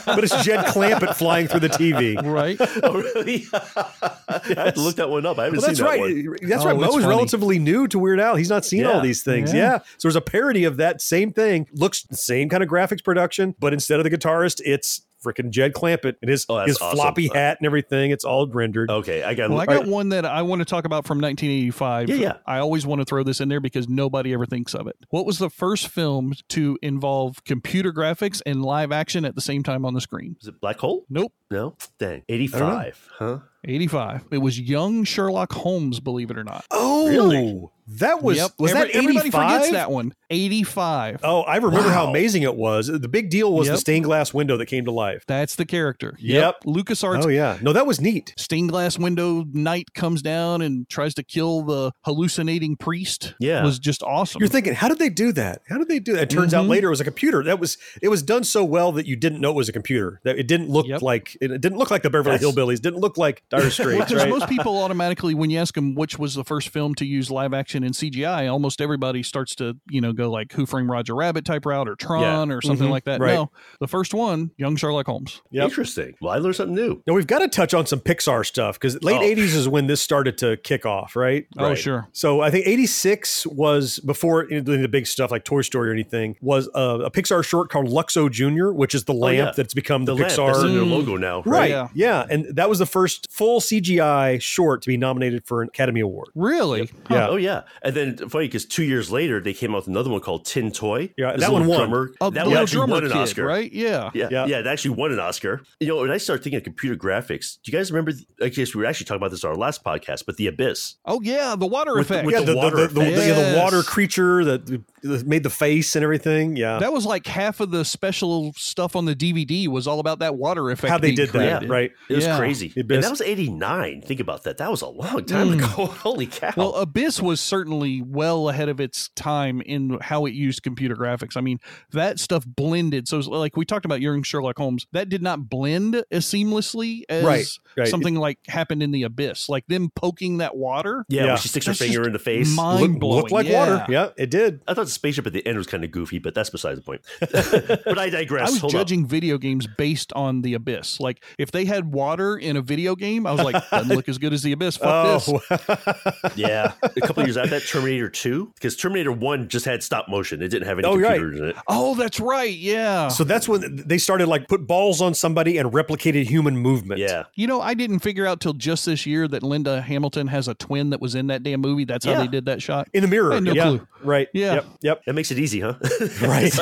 Speaker 3: but it's Jed Clampett flying through the TV.
Speaker 5: Right?
Speaker 4: oh, really. I had to look that one up. I haven't
Speaker 3: Well, that's
Speaker 4: seen that
Speaker 3: right.
Speaker 4: one.
Speaker 3: That's
Speaker 5: Oh,
Speaker 3: right.
Speaker 5: it's
Speaker 3: Moe's
Speaker 5: funny.
Speaker 3: relatively new to Weird Al. He's not seen all
Speaker 4: Yeah.
Speaker 3: these things.
Speaker 5: Yeah.
Speaker 3: Yeah. So there's a parody of that same thing. Looks the same kind of graphics production, but instead of the guitarist, it's freaking Jed Clampett and his
Speaker 4: Oh, that's
Speaker 3: his
Speaker 4: awesome.
Speaker 3: floppy
Speaker 4: Uh,
Speaker 3: hat and everything. It's all rendered.
Speaker 4: Okay, I got.
Speaker 5: Well, I got
Speaker 4: alright.
Speaker 5: one that I want to talk about from 1985.
Speaker 4: Yeah, yeah.
Speaker 5: I always want to throw this in there because nobody ever thinks of it. What was the first film to involve computer graphics and live action at the same time on the screen?
Speaker 4: Is it Black Hole?
Speaker 5: Nope,
Speaker 4: No, dang, eighty-five, huh?
Speaker 5: 85. It was young Sherlock Holmes, believe it or not.
Speaker 3: Oh,
Speaker 4: Really?
Speaker 3: that was
Speaker 5: yep.
Speaker 3: was
Speaker 5: Every-
Speaker 3: that
Speaker 5: everybody
Speaker 3: eighty
Speaker 5: forgets
Speaker 3: five?
Speaker 5: that one. 85.
Speaker 3: Oh, I remember how
Speaker 4: Wow.
Speaker 3: amazing it was. The big deal was
Speaker 5: Yep.
Speaker 3: the stained glass window that came to life.
Speaker 5: That's the character.
Speaker 3: Yep.
Speaker 5: LucasArts
Speaker 3: Oh yeah, no, that was neat.
Speaker 5: stained glass window knight comes down and tries to kill the hallucinating priest
Speaker 4: Yeah.
Speaker 5: was just awesome
Speaker 3: You're thinking, how did they do that? How did they do that? It turns
Speaker 5: Mhm.
Speaker 3: out later it was a computer. That was it was done so well that you didn't know it was a computer. That it didn't look
Speaker 5: Yep.
Speaker 3: like it, it didn't look like the Beverly
Speaker 4: That's-
Speaker 3: Hillbillies. Didn't look like Dire Straits.
Speaker 5: because
Speaker 3: right?
Speaker 5: most people automatically when you ask them which was the first film to use live action and cgi almost everybody starts to you know go like who framed roger rabbit type route or tron or something
Speaker 4: Mm-hmm.
Speaker 3: Mhm.
Speaker 5: like that
Speaker 3: Right.
Speaker 5: no the first one young sherlock holmes
Speaker 3: Yep.
Speaker 4: Interesting. Well, I learned something new.
Speaker 3: now we've got to touch on some Pixar stuff because late
Speaker 4: Oh.
Speaker 3: '80s is when this started to kick off, right?
Speaker 5: oh
Speaker 4: Right.
Speaker 5: sure
Speaker 3: So I think '86 was before any of the big stuff like Toy Story or anything. Was a, a Pixar short called Luxo Junior, which is the lamp
Speaker 4: yeah.
Speaker 3: that's become Oh, the,
Speaker 4: lamp,
Speaker 3: Pixar Mm.
Speaker 4: that's in their logo now,
Speaker 3: Right.
Speaker 4: right?
Speaker 5: Yeah.
Speaker 3: Yeah. And that was the first full CGI short to be nominated for an Academy Award.
Speaker 5: Really?
Speaker 3: Yeah.
Speaker 4: Oh yeah. And then funny because two years later they came out with another one called Tin Toy.
Speaker 3: Yeah,
Speaker 4: This
Speaker 3: that one
Speaker 4: little
Speaker 3: won.
Speaker 4: drummer-
Speaker 5: Oh,
Speaker 4: that
Speaker 5: the
Speaker 4: one
Speaker 5: little
Speaker 4: actually
Speaker 5: drummer
Speaker 4: won an
Speaker 5: kid,
Speaker 4: Oscar.
Speaker 5: right? Yeah.
Speaker 4: Yeah,
Speaker 3: Yeah.
Speaker 4: yeah, it actually won an Oscar. You know, when I started thinking of computer graphics, do you guys remember? I guess we were actually talking about this on our last podcast, but the Abyss.
Speaker 5: Oh yeah, the water
Speaker 4: With the-
Speaker 5: effect.
Speaker 4: with
Speaker 3: yeah,
Speaker 4: the
Speaker 3: the,
Speaker 4: water
Speaker 3: the, the,
Speaker 5: effect.
Speaker 3: yeah, the water
Speaker 5: Yes.
Speaker 3: creature that that made the face and everything. Yeah.
Speaker 5: that was like half of the special stuff on the DVD was all about that water effect.
Speaker 3: How they
Speaker 5: being
Speaker 3: did that.
Speaker 5: created.
Speaker 3: Right.
Speaker 4: It was
Speaker 5: Yeah. Hmm.
Speaker 4: crazy.
Speaker 3: The
Speaker 4: And
Speaker 3: Abyss.
Speaker 4: that was 89. Think about that. That was a long time ago. Holy cow.
Speaker 5: Well, uh, Abyss was certainly well ahead of its time in how it used computer graphics. I mean, that stuff blended. So, it's like we talked about during Sherlock Holmes, that did not blend as seamlessly as
Speaker 3: Right, right.
Speaker 5: something like happened in the Abyss. Like them poking that water.
Speaker 4: yeah,
Speaker 3: yeah.
Speaker 4: when she sticks her
Speaker 5: That's
Speaker 4: finger
Speaker 5: just
Speaker 4: in the face.
Speaker 5: mind-
Speaker 3: Look- Looked
Speaker 5: blowing,
Speaker 3: like water. Yeah,
Speaker 5: yeah.
Speaker 3: it did.
Speaker 4: I thought the spaceship at the end was kind of goofy, but that's beside the point. but I digress.
Speaker 5: I was
Speaker 4: Hold up.
Speaker 5: judging video games based on the Abyss. Like if they had water in a video game, I was like, doesn't look as good as the Abyss. Fuck this.
Speaker 3: Oh,
Speaker 4: Yeah, a couple of years after that, Terminator 2, because Terminator 1 just had stop motion. It didn't have any
Speaker 3: Oh, right.
Speaker 4: computers in it.
Speaker 5: Oh, that's right. Yeah.
Speaker 3: so that's when they started like put balls on somebody and replicated human movement.
Speaker 4: Yeah.
Speaker 5: You know, I didn't figure out till just this year that Linda Hamilton has a twin that was in that damn movie. That's how
Speaker 4: Yeah.
Speaker 5: they did that shot.
Speaker 3: In the mirror.
Speaker 5: I had no
Speaker 3: yeah.
Speaker 5: clue.
Speaker 3: Right.
Speaker 5: Yeah.
Speaker 3: Yep. Yep.
Speaker 4: That makes it easy, huh?
Speaker 3: Right.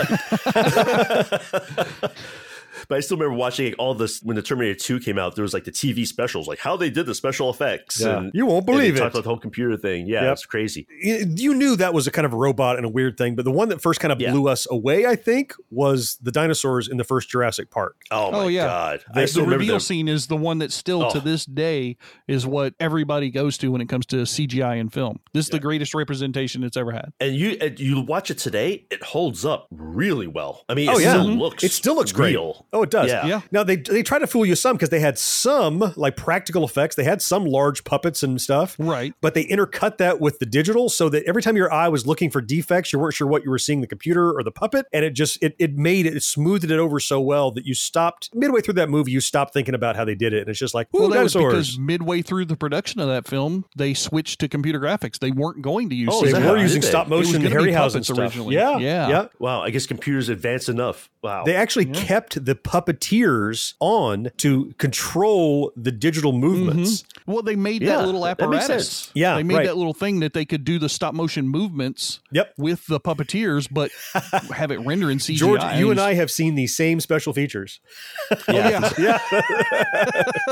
Speaker 4: But I still remember watching all this when the Terminator 2 came out. There was like the TV specials, like how they did the special effects.
Speaker 3: Yeah.
Speaker 4: And,
Speaker 3: You won't
Speaker 4: and they
Speaker 3: believe it.
Speaker 4: talked about the whole computer thing. Yeah,
Speaker 3: Yep.
Speaker 4: it's crazy.
Speaker 3: you you knew that was a kind of a robot and a weird thing, but the one that first kind of
Speaker 4: Yeah.
Speaker 3: blew us away, I think, was the dinosaurs in the first Jurassic Park.
Speaker 4: Oh, my
Speaker 5: Oh, yeah.
Speaker 4: God. I
Speaker 5: The,
Speaker 4: still remember
Speaker 5: reveal
Speaker 4: them.
Speaker 5: scene is the one that still
Speaker 4: Oh.
Speaker 5: to this day is what everybody goes to when it comes to CGI in film. This is the greatest representation it's ever had.
Speaker 4: and you and you watch it today, it holds up really well. I mean, it
Speaker 3: Oh, yeah.
Speaker 4: still
Speaker 3: Mhm.
Speaker 4: looks
Speaker 3: It still looks great.
Speaker 4: real.
Speaker 3: Oh, it does.
Speaker 4: Yeah.
Speaker 5: Yeah.
Speaker 3: Now they they try to fool you some because they had some like practical effects. They had some large puppets and stuff.
Speaker 5: Right.
Speaker 3: But they intercut that with the digital so that every time your eye was looking for defects, you weren't sure what you were seeing, the computer or the puppet. And it just it it made it, it smoothed it over so well that you stopped midway through that movie, you stopped thinking about how they did it. And it's just like, ooh,
Speaker 5: well, that was
Speaker 3: dinosaurs.
Speaker 5: because midway through the production of that film, they switched to computer graphics. They weren't going to use.
Speaker 4: Oh,
Speaker 3: they
Speaker 4: is
Speaker 5: CGI.
Speaker 4: that
Speaker 3: were
Speaker 4: how-
Speaker 3: using
Speaker 4: did they?
Speaker 3: stop
Speaker 4: It
Speaker 5: was
Speaker 3: motion
Speaker 5: gonna be
Speaker 3: Harryhausen
Speaker 5: puppets
Speaker 3: stuff.
Speaker 5: originally.
Speaker 3: Yeah,
Speaker 5: Yeah.
Speaker 3: yeah.
Speaker 4: Wow, I guess computers advanced enough. Wow.
Speaker 3: They actually kept the puppeteers on to control the digital movements.
Speaker 5: Well, they made
Speaker 4: Yeah,
Speaker 5: that little
Speaker 4: that makes
Speaker 5: apparatus.
Speaker 4: sense.
Speaker 3: Yeah,
Speaker 5: they made
Speaker 3: right.
Speaker 5: that little thing that they could do the stop motion movements.
Speaker 3: Yep.
Speaker 5: with the puppeteers, but have it render in CGI.
Speaker 3: George, you and I have seen the same special features.
Speaker 4: yeah.
Speaker 3: Yeah.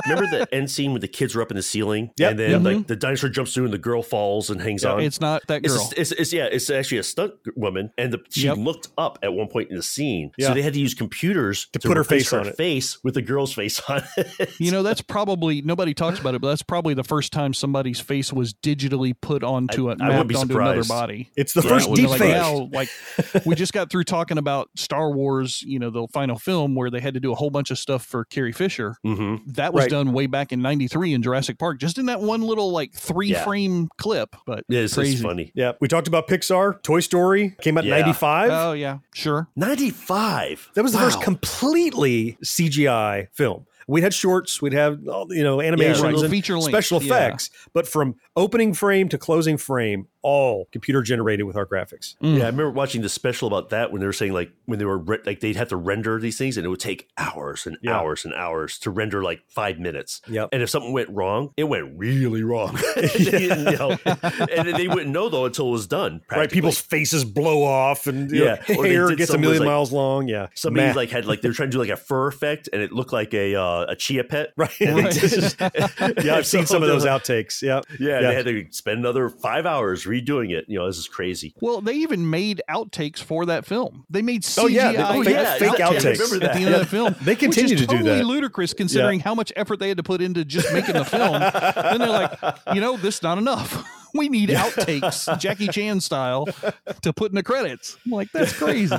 Speaker 4: Remember the end scene when the kids were up in the ceiling,
Speaker 3: Yep. Mm-hmm.
Speaker 4: and then like the dinosaur jumps through, and the girl falls and hangs on.
Speaker 5: It's not that
Speaker 4: It's,
Speaker 5: girl.
Speaker 4: it's, it's- yeah, it's actually a stunt woman, and the, she
Speaker 5: Yep.
Speaker 4: looked up at one point in the scene,
Speaker 3: Yeah.
Speaker 4: so they had to use computers to,
Speaker 3: put her
Speaker 4: replace
Speaker 3: face
Speaker 4: her
Speaker 3: on it.
Speaker 4: face with the girl's face on it.
Speaker 5: You know, that's probably nobody talks about it, but that's probably the first time somebody's face was digitally put onto
Speaker 4: I-
Speaker 5: it,
Speaker 4: I wouldn't
Speaker 5: mapped
Speaker 4: be
Speaker 5: onto another
Speaker 4: surprised.
Speaker 5: body.
Speaker 3: It's the
Speaker 4: Yeah,
Speaker 3: first
Speaker 4: it was
Speaker 5: You
Speaker 3: deep
Speaker 5: know, like
Speaker 3: fake.
Speaker 5: now, like we just got through talking about Star Wars, you know, the final film where they had to do a whole bunch of stuff for Carrie Fisher.
Speaker 3: Mm-hmm.
Speaker 4: hmm
Speaker 5: That was
Speaker 3: Right.
Speaker 5: done way back in '93 in Jurassic Park, just in that one little like three
Speaker 4: Yeah.
Speaker 5: frame clip. But
Speaker 4: Yeah, it's,
Speaker 5: crazy.
Speaker 4: it's funny.
Speaker 3: Yeah. We talked about Pixar. Toy Story came out in
Speaker 4: Yeah.
Speaker 3: 95.
Speaker 5: Oh yeah, sure.
Speaker 4: Ninety five.
Speaker 3: that was the first
Speaker 4: Wow.
Speaker 3: completely CGI film. We'd had shorts, we'd have all- you know animations,
Speaker 4: right.
Speaker 3: and
Speaker 5: Feature length,
Speaker 3: special
Speaker 5: yeah.
Speaker 3: effects, but from opening frame to closing frame, all computer generated with our graphics.
Speaker 4: Yeah, I remember watching the special about that when they were saying like when they were re- like they'd have to render these things and it would take hours and
Speaker 3: Yeah.
Speaker 4: hours and hours to render like five minutes.
Speaker 3: Yep.
Speaker 4: And if something went wrong, it went really wrong. and, they, didn't know. and then they wouldn't know though until it was done.
Speaker 3: Right,
Speaker 4: practically.
Speaker 3: people's faces blow off, and yeah,
Speaker 4: Yeah, or they
Speaker 3: hair
Speaker 4: did
Speaker 3: gets a
Speaker 4: some was
Speaker 3: million
Speaker 4: like-
Speaker 3: miles long. Yeah,
Speaker 4: Somebody
Speaker 3: Math.
Speaker 4: like had like they were trying to do like a fur effect, and it looked like a uh, a chia pet.
Speaker 3: Right. yeah,
Speaker 4: yeah,
Speaker 3: I've seen some of those outtakes. Yeah.
Speaker 4: Yeah, they had to spend another five hours redoing it. You know, this is crazy.
Speaker 5: Well, they even made outtakes for that film. They made CGI
Speaker 3: Oh, yeah, they- oh,
Speaker 4: yeah,
Speaker 5: out-
Speaker 4: fake
Speaker 3: outtakes.
Speaker 5: at
Speaker 4: Remember
Speaker 5: the
Speaker 4: that.
Speaker 5: end of the film.
Speaker 3: They continue
Speaker 5: which
Speaker 3: to
Speaker 5: is
Speaker 3: do
Speaker 5: totally
Speaker 3: that.
Speaker 5: ludicrous considering how much effort they had to put into just making the film. then they're like, you know, this not enough. We need outtakes, Jackie Chan style, to put in the credits. I'm like, that's crazy.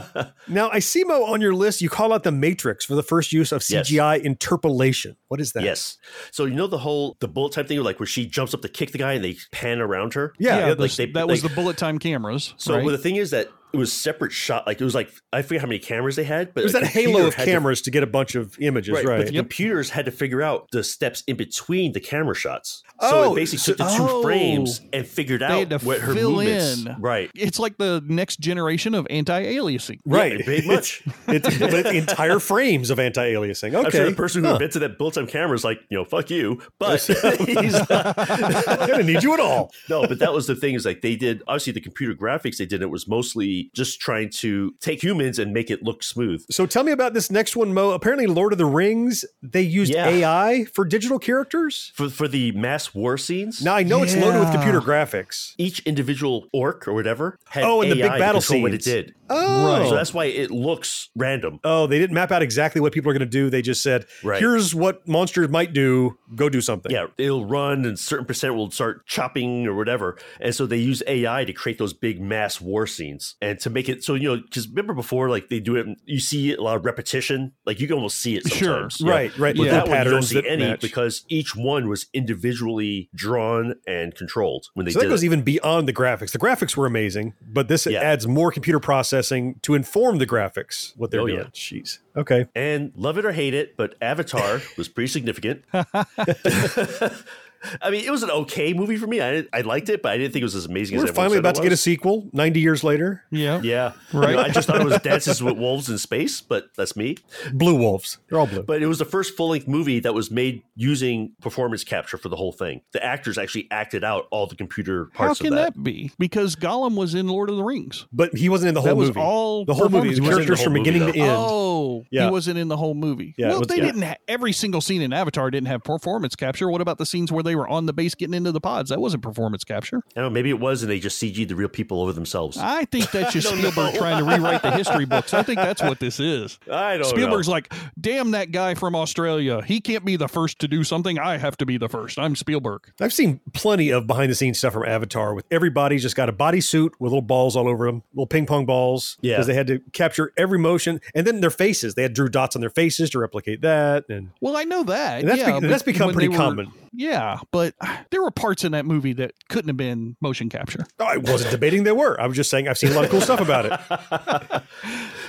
Speaker 3: Now I see Mo on your list. You call out the Matrix for the first use of
Speaker 4: Yes.
Speaker 3: CGI interpolation. What is that?
Speaker 4: Yes. So you know the whole the bullet type thing, like where she jumps up to kick the guy and they pan around her.
Speaker 3: Yeah,
Speaker 5: Yeah,
Speaker 3: yeah,
Speaker 5: those-
Speaker 4: they-
Speaker 5: that was
Speaker 4: like-
Speaker 5: the bullet time cameras.
Speaker 4: So
Speaker 5: right?
Speaker 4: well, the thing is that it was separate shot. Like it was like I forget how many cameras they had, but
Speaker 3: It was
Speaker 4: a
Speaker 3: that halo
Speaker 4: computer
Speaker 3: of
Speaker 4: had to-
Speaker 3: cameras to, get a bunch of images, right?
Speaker 4: But the computers had to figure out the steps in between the camera shots. so
Speaker 3: Oh,
Speaker 4: it basically
Speaker 3: so-
Speaker 4: took the two
Speaker 5: oh.
Speaker 4: frames and figured
Speaker 5: They had
Speaker 4: out
Speaker 5: to
Speaker 4: what her
Speaker 5: fill
Speaker 4: movements.
Speaker 5: in.
Speaker 4: Right.
Speaker 5: It's like the next generation of anti-aliasing.
Speaker 3: Right.
Speaker 4: it made much.
Speaker 3: It's, it's but entire frames of anti-aliasing. Okay.
Speaker 4: I'm sure the person who
Speaker 3: Huh.
Speaker 4: invented that built-time camera is like, you know, fuck you. But he's
Speaker 3: I'm gonna need you at all.
Speaker 4: no, but that was the thing is like they did obviously the computer graphics they did it was mostly just trying to take humans and make it look smooth.
Speaker 3: So tell me about this next one, Mo. Apparently, Lord of the Rings, they used
Speaker 4: Yeah.
Speaker 3: AI for digital characters.
Speaker 4: For for the mass war scenes,
Speaker 3: Now I know it's loaded with
Speaker 5: Yeah.
Speaker 3: computer graphics.
Speaker 4: each individual orc or whatever had
Speaker 3: Oh, and the
Speaker 4: AI
Speaker 3: big
Speaker 4: to
Speaker 3: battle
Speaker 4: control what it
Speaker 3: scenes.
Speaker 4: did.
Speaker 3: Oh,
Speaker 4: So that's why it looks random.
Speaker 3: oh, they didn't map out exactly what people are going to do. They just said,
Speaker 4: Right.
Speaker 3: "Here's what monsters might do. Go do something."
Speaker 4: Yeah, it'll run and certain percent will start chopping or whatever. And so they use AI to create those big mass war scenes and to make it so, you know, because remember before, like they do it, you see a lot of repetition. Like you can almost see it
Speaker 5: Sure,
Speaker 4: sometimes. you know?
Speaker 3: Right, right.
Speaker 4: But
Speaker 3: With
Speaker 4: that
Speaker 3: the
Speaker 4: one you don't
Speaker 3: patterns
Speaker 4: see
Speaker 3: that
Speaker 4: any
Speaker 3: match.
Speaker 4: because each one was individually drawn and controlled when they
Speaker 3: so that
Speaker 4: did
Speaker 3: goes
Speaker 4: it.
Speaker 3: even beyond the graphics. The graphics were amazing, but this
Speaker 4: Yeah.
Speaker 3: adds more computer processing to inform the graphics what they're
Speaker 4: Oh,
Speaker 3: doing.
Speaker 4: yeah.
Speaker 3: Jeez. Okay.
Speaker 4: and love it or hate it, but Avatar was pretty significant. I mean, it was an okay movie for me. I, I liked it, but I didn't think it was as amazing
Speaker 3: We're
Speaker 4: as everyone
Speaker 3: finally
Speaker 4: said
Speaker 3: about
Speaker 4: it
Speaker 3: to get a
Speaker 4: was.
Speaker 3: sequel 90 years later.
Speaker 5: Yeah.
Speaker 4: Yeah, right. I just thought it was Dances with Wolves in space, but that's me.
Speaker 3: Blue wolves. They're all blue.
Speaker 4: But it was the first full length movie that was made using performance capture for the whole thing. The actors actually acted out all the computer
Speaker 5: How
Speaker 4: parts
Speaker 5: can
Speaker 4: of that.
Speaker 5: that be? Because Gollum was in Lord of the Rings.
Speaker 3: but he wasn't in the whole
Speaker 5: That was
Speaker 3: movie.
Speaker 5: all
Speaker 3: the whole movie.
Speaker 5: performance.
Speaker 3: The
Speaker 4: He wasn't in the
Speaker 3: characters
Speaker 4: whole
Speaker 3: from
Speaker 4: movie,
Speaker 3: beginning to
Speaker 4: though.
Speaker 3: end.
Speaker 5: Oh,
Speaker 3: Yeah.
Speaker 5: he wasn't in the whole movie.
Speaker 3: Yeah, it
Speaker 5: well,
Speaker 3: was-
Speaker 5: they
Speaker 3: yeah.
Speaker 5: didn't. Ha- every single scene in Avatar didn't have performance capture. What about the scenes where they were on the base getting into the pods? That wasn't performance capture.
Speaker 4: I don't know, maybe it was, and they just CG'd the real people over themselves. I,
Speaker 5: I think that's just Spielberg trying to rewrite the history books. I think that's what this is.
Speaker 3: Oh,
Speaker 4: don't
Speaker 5: Spielberg's
Speaker 4: know.
Speaker 5: like, damn that guy from Australia. He can't be the first to do something. I have to be the first. I'm Spielberg.
Speaker 3: I've seen plenty of behind the scenes stuff from Avatar with everybody just got a bodysuit with little balls all over them, little ping pong balls.
Speaker 4: Yeah.
Speaker 3: Because they had to capture every motion and then their faces. They had drew dots on their faces to replicate that. And
Speaker 5: Well, I know that.
Speaker 3: And that's
Speaker 5: yeah,
Speaker 3: be-
Speaker 5: but
Speaker 3: that's become
Speaker 5: when they
Speaker 3: pretty common.
Speaker 5: Yeah, but there were parts in that movie that couldn't have been motion capture.
Speaker 3: Oh, I wasn't debating they were. I was just saying I've seen a lot of cool stuff about it.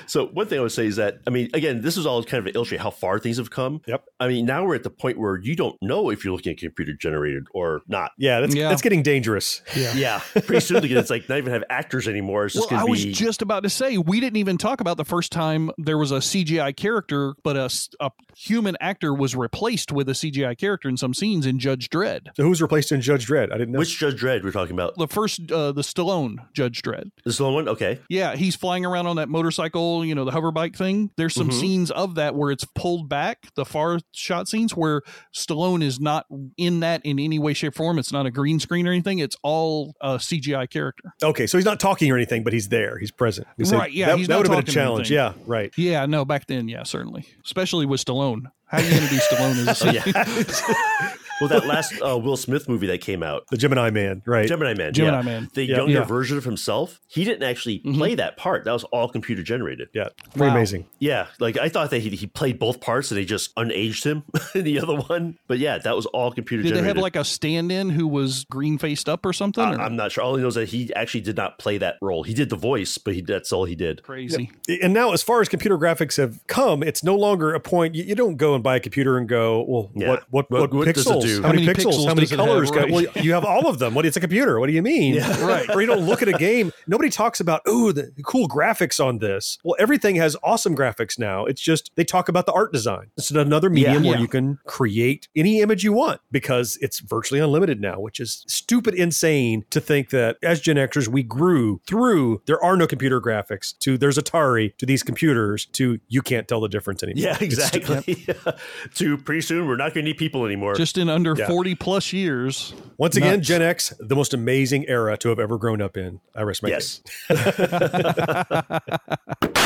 Speaker 4: So one thing I would say is that I mean, again, this is all kind of illustrate how far things have come.
Speaker 3: Yep.
Speaker 4: I mean, now we're at the point where you don't know if you're looking at computer generated or not.
Speaker 3: Yeah, that's
Speaker 5: Yeah.
Speaker 3: that's getting dangerous.
Speaker 4: Yeah. Pretty soon, it's like not even have actors anymore. It's
Speaker 5: Well,
Speaker 4: just
Speaker 5: I
Speaker 4: going
Speaker 5: was
Speaker 4: to be
Speaker 5: just about to say we didn't even talk about the first time there was a CGI character, but a, s- a human actor was replaced with a CGI character in some scenes in Judge Dredd.
Speaker 3: So who's replaced in Judge Dredd? I didn't know.
Speaker 4: which Judge Dredd we're talking about.
Speaker 5: The first, uh, the Stallone Judge Dredd.
Speaker 4: The slow one. Okay.
Speaker 5: Yeah, he's flying around on that motorcycle, you know, the hover bike thing. There's some
Speaker 4: Mm-hmm.
Speaker 5: scenes of that where it's pulled back, the far shot scenes where Stallone is not in that in any way, shape, form. It's not a green screen or anything. It's all a CGI character.
Speaker 3: okay, so he's not talking or anything, but he's there. He's present. He said
Speaker 5: Right, yeah,
Speaker 3: That,
Speaker 5: he's
Speaker 3: that
Speaker 5: not
Speaker 3: would have been a
Speaker 5: talking or
Speaker 3: challenge. Yeah,
Speaker 5: anything.
Speaker 3: right.
Speaker 5: Yeah, no, back then, yeah, certainly. Especially with Stallone. How are you going to do Stallone
Speaker 4: Oh,
Speaker 5: as a
Speaker 4: Well, that last uh, Will Smith movie that came out,
Speaker 3: The Gemini Man, right.
Speaker 4: Gemini Man.
Speaker 5: Gemini
Speaker 4: yeah.
Speaker 5: Man.
Speaker 4: The
Speaker 3: Yeah.
Speaker 4: younger
Speaker 5: Yeah. Mm-hmm.
Speaker 4: version of himself, he didn't actually play that part. That was all computer generated.
Speaker 3: yeah, pretty
Speaker 5: Wow.
Speaker 3: amazing.
Speaker 4: Yeah, like I thought that he, he played both parts and they just unaged him in the other one. But yeah, that was all computer
Speaker 5: Did they
Speaker 4: generated.
Speaker 5: have like a stand in who was green faced up or something?
Speaker 4: I-
Speaker 5: or-
Speaker 4: I'm not sure. All he knows is that he actually did not play that role. He did the voice, but he, that's all he did.
Speaker 5: Crazy.
Speaker 3: And now, as far as computer graphics have come, it's no longer a point. You, you don't go and buy a computer and go, well,
Speaker 4: Yeah.
Speaker 3: what, what, what,
Speaker 4: What- what does it
Speaker 3: pixels?
Speaker 4: do?
Speaker 3: How, many, pixels? How many
Speaker 5: does it
Speaker 3: colors?
Speaker 5: have,
Speaker 3: go- Well, you have all of them. What? It's a computer. What do you mean?
Speaker 5: Right.
Speaker 3: or you don't look at a game. Nobody talks about, oh, the cool graphics on this. Well, everything has awesome graphics now. It's just they talk about the art design. It's another medium where
Speaker 5: Yeah.
Speaker 3: you can create any image you want because it's virtually unlimited now, which is stupid insane to think that as Gen Xers, we grew through there are no computer graphics to there's Atari to these computers to you can't tell the difference anymore.
Speaker 4: Yeah, exactly. to pretty soon, we're not going to need people anymore.
Speaker 5: Just in under
Speaker 3: Yeah.
Speaker 5: 40 plus years.
Speaker 3: Once again,
Speaker 5: Nuts.
Speaker 3: Gen X, the most amazing era to have ever grown up in. I rest my case.
Speaker 4: yes.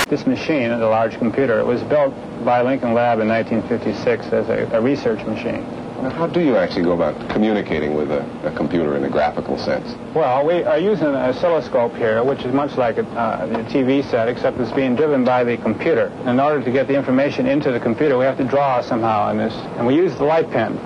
Speaker 7: This machine, the large computer, it was built by Lincoln Lab in 1956 as a, a research machine.
Speaker 11: Now, how do you actually go about communicating with a, a computer in a graphical sense?
Speaker 7: Well, we are using an oscilloscope here, which is much like a, uh, a TV set, except it's being driven by the computer. In order to get the information into the computer, we have to draw somehow on this, and we use the light pen.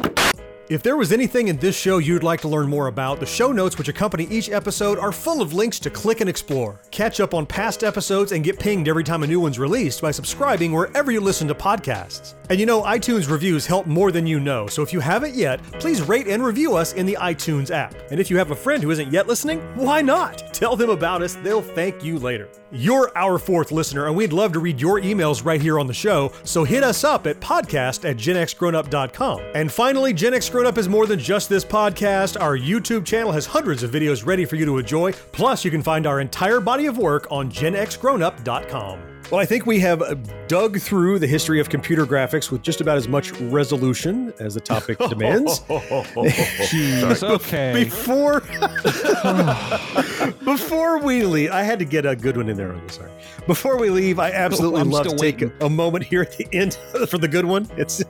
Speaker 3: If there was anything in this show you'd like to learn more about, the show notes which accompany each episode are full of links to click and explore. Catch up on past episodes and get pinged every time a new one's released by subscribing wherever you listen to podcasts. And you know, iTunes reviews help more than you know, so if you haven't yet, please rate and review us in the iTunes app. And if you have a friend who isn't yet listening, why not? Tell them about us, they'll thank you later. You're our fourth listener, and we'd love to read your emails right here on the show, so hit us up at podcast at genxgrownup.com. And finally, Gen X Grown Up is more than just this podcast. Our YouTube channel has hundreds of videos ready for you to enjoy. Plus, you can find our entire body of work on genxgrownup.com. Well, I think we have uh, dug through the history of computer graphics with just about as much resolution as the topic demands.
Speaker 5: Jeez, okay.
Speaker 3: Before before we leave, I had to get a good one in there. I'm sorry. Before we leave, I absolutely
Speaker 5: I'm
Speaker 3: love to
Speaker 5: still
Speaker 3: take
Speaker 5: waiting.
Speaker 3: a moment here at the end for the good one. It's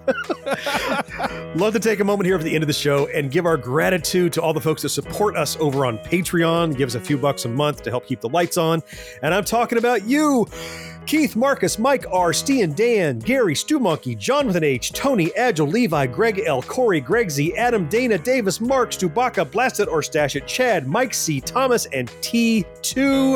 Speaker 3: love to take a moment here at the end of the show and give our gratitude to all the folks that support us over on Patreon. Give us a few bucks a month to help keep the lights on. And I'm talking about you. Keith, Marcus, Mike R, Steen, Dan, Gary, Stu Monkey, John with an H, Tony, Agile, Levi, Greg L, Corey, Greg Z, Adam, Dana, Davis, Mark, Stubaka, Blast It or Stash It, Chad, Mike C, Thomas, and T2.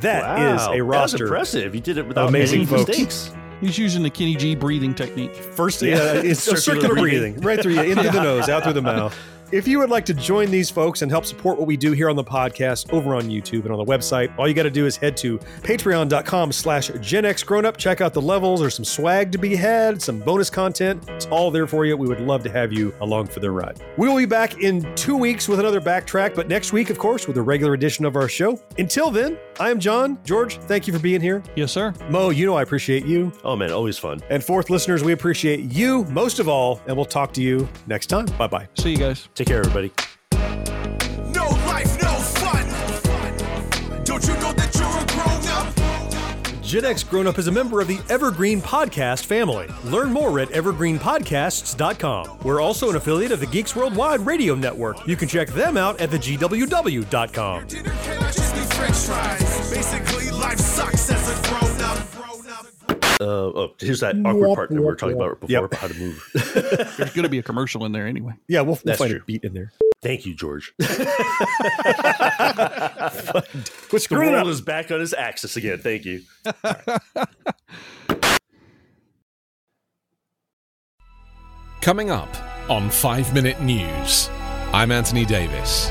Speaker 3: That is a
Speaker 4: That was
Speaker 3: roster.
Speaker 4: impressive. You did it without
Speaker 3: Amazing
Speaker 4: any
Speaker 3: folks.
Speaker 4: mistakes.
Speaker 5: He's using the Kenny G breathing technique.
Speaker 3: First,
Speaker 4: Yeah.
Speaker 3: yeah, it's circular,
Speaker 4: Circular
Speaker 3: breathing.
Speaker 4: breathing.
Speaker 3: right through you, in through the nose, out through the mouth. If you would like to join these folks and help support what we do here on the podcast, over on YouTube and on the website, all you got to do is head to patreon.com slash Gen X Grown Up. Check out the levels. There's some swag to be had, some bonus content. It's all there for you. We would love to have you along for the ride. We will be back in two weeks with another backtrack, but next week, of course, with a regular edition of our show. Until then, I am John. George, thank you for being here.
Speaker 5: Yes, sir.
Speaker 3: Mo, you know I appreciate you.
Speaker 4: Oh man, always fun.
Speaker 3: And fourth, listeners, we appreciate you most of all, and we'll talk to you next time. Bye bye.
Speaker 5: See you guys.
Speaker 4: Take care, everybody.
Speaker 9: No life, no fun. Don't you know that you're a grown up?
Speaker 3: Gen X Grown Up is a member of the Evergreen Podcast family. Learn more at evergreenpodcasts.com. We're also an affiliate of the Geeks Worldwide Radio Network. You can check them out at thegww.com.
Speaker 9: Dinner cannot just be french fries. Basically, life sucks as a grown up.
Speaker 4: Uh, oh, here's that awkward part that we were talking about before
Speaker 3: Yep.
Speaker 4: about how to move.
Speaker 5: There's going to be a commercial in there anyway.
Speaker 3: Yeah, we'll, we'll
Speaker 4: That's
Speaker 3: find a
Speaker 4: true.
Speaker 3: beat in there.
Speaker 4: Thank you, George.
Speaker 3: Quit
Speaker 4: The
Speaker 3: screwing
Speaker 4: world
Speaker 3: up.
Speaker 4: is back on its axis again. Thank you.
Speaker 12: Coming up on 5 Minute News, I'm Anthony Davis.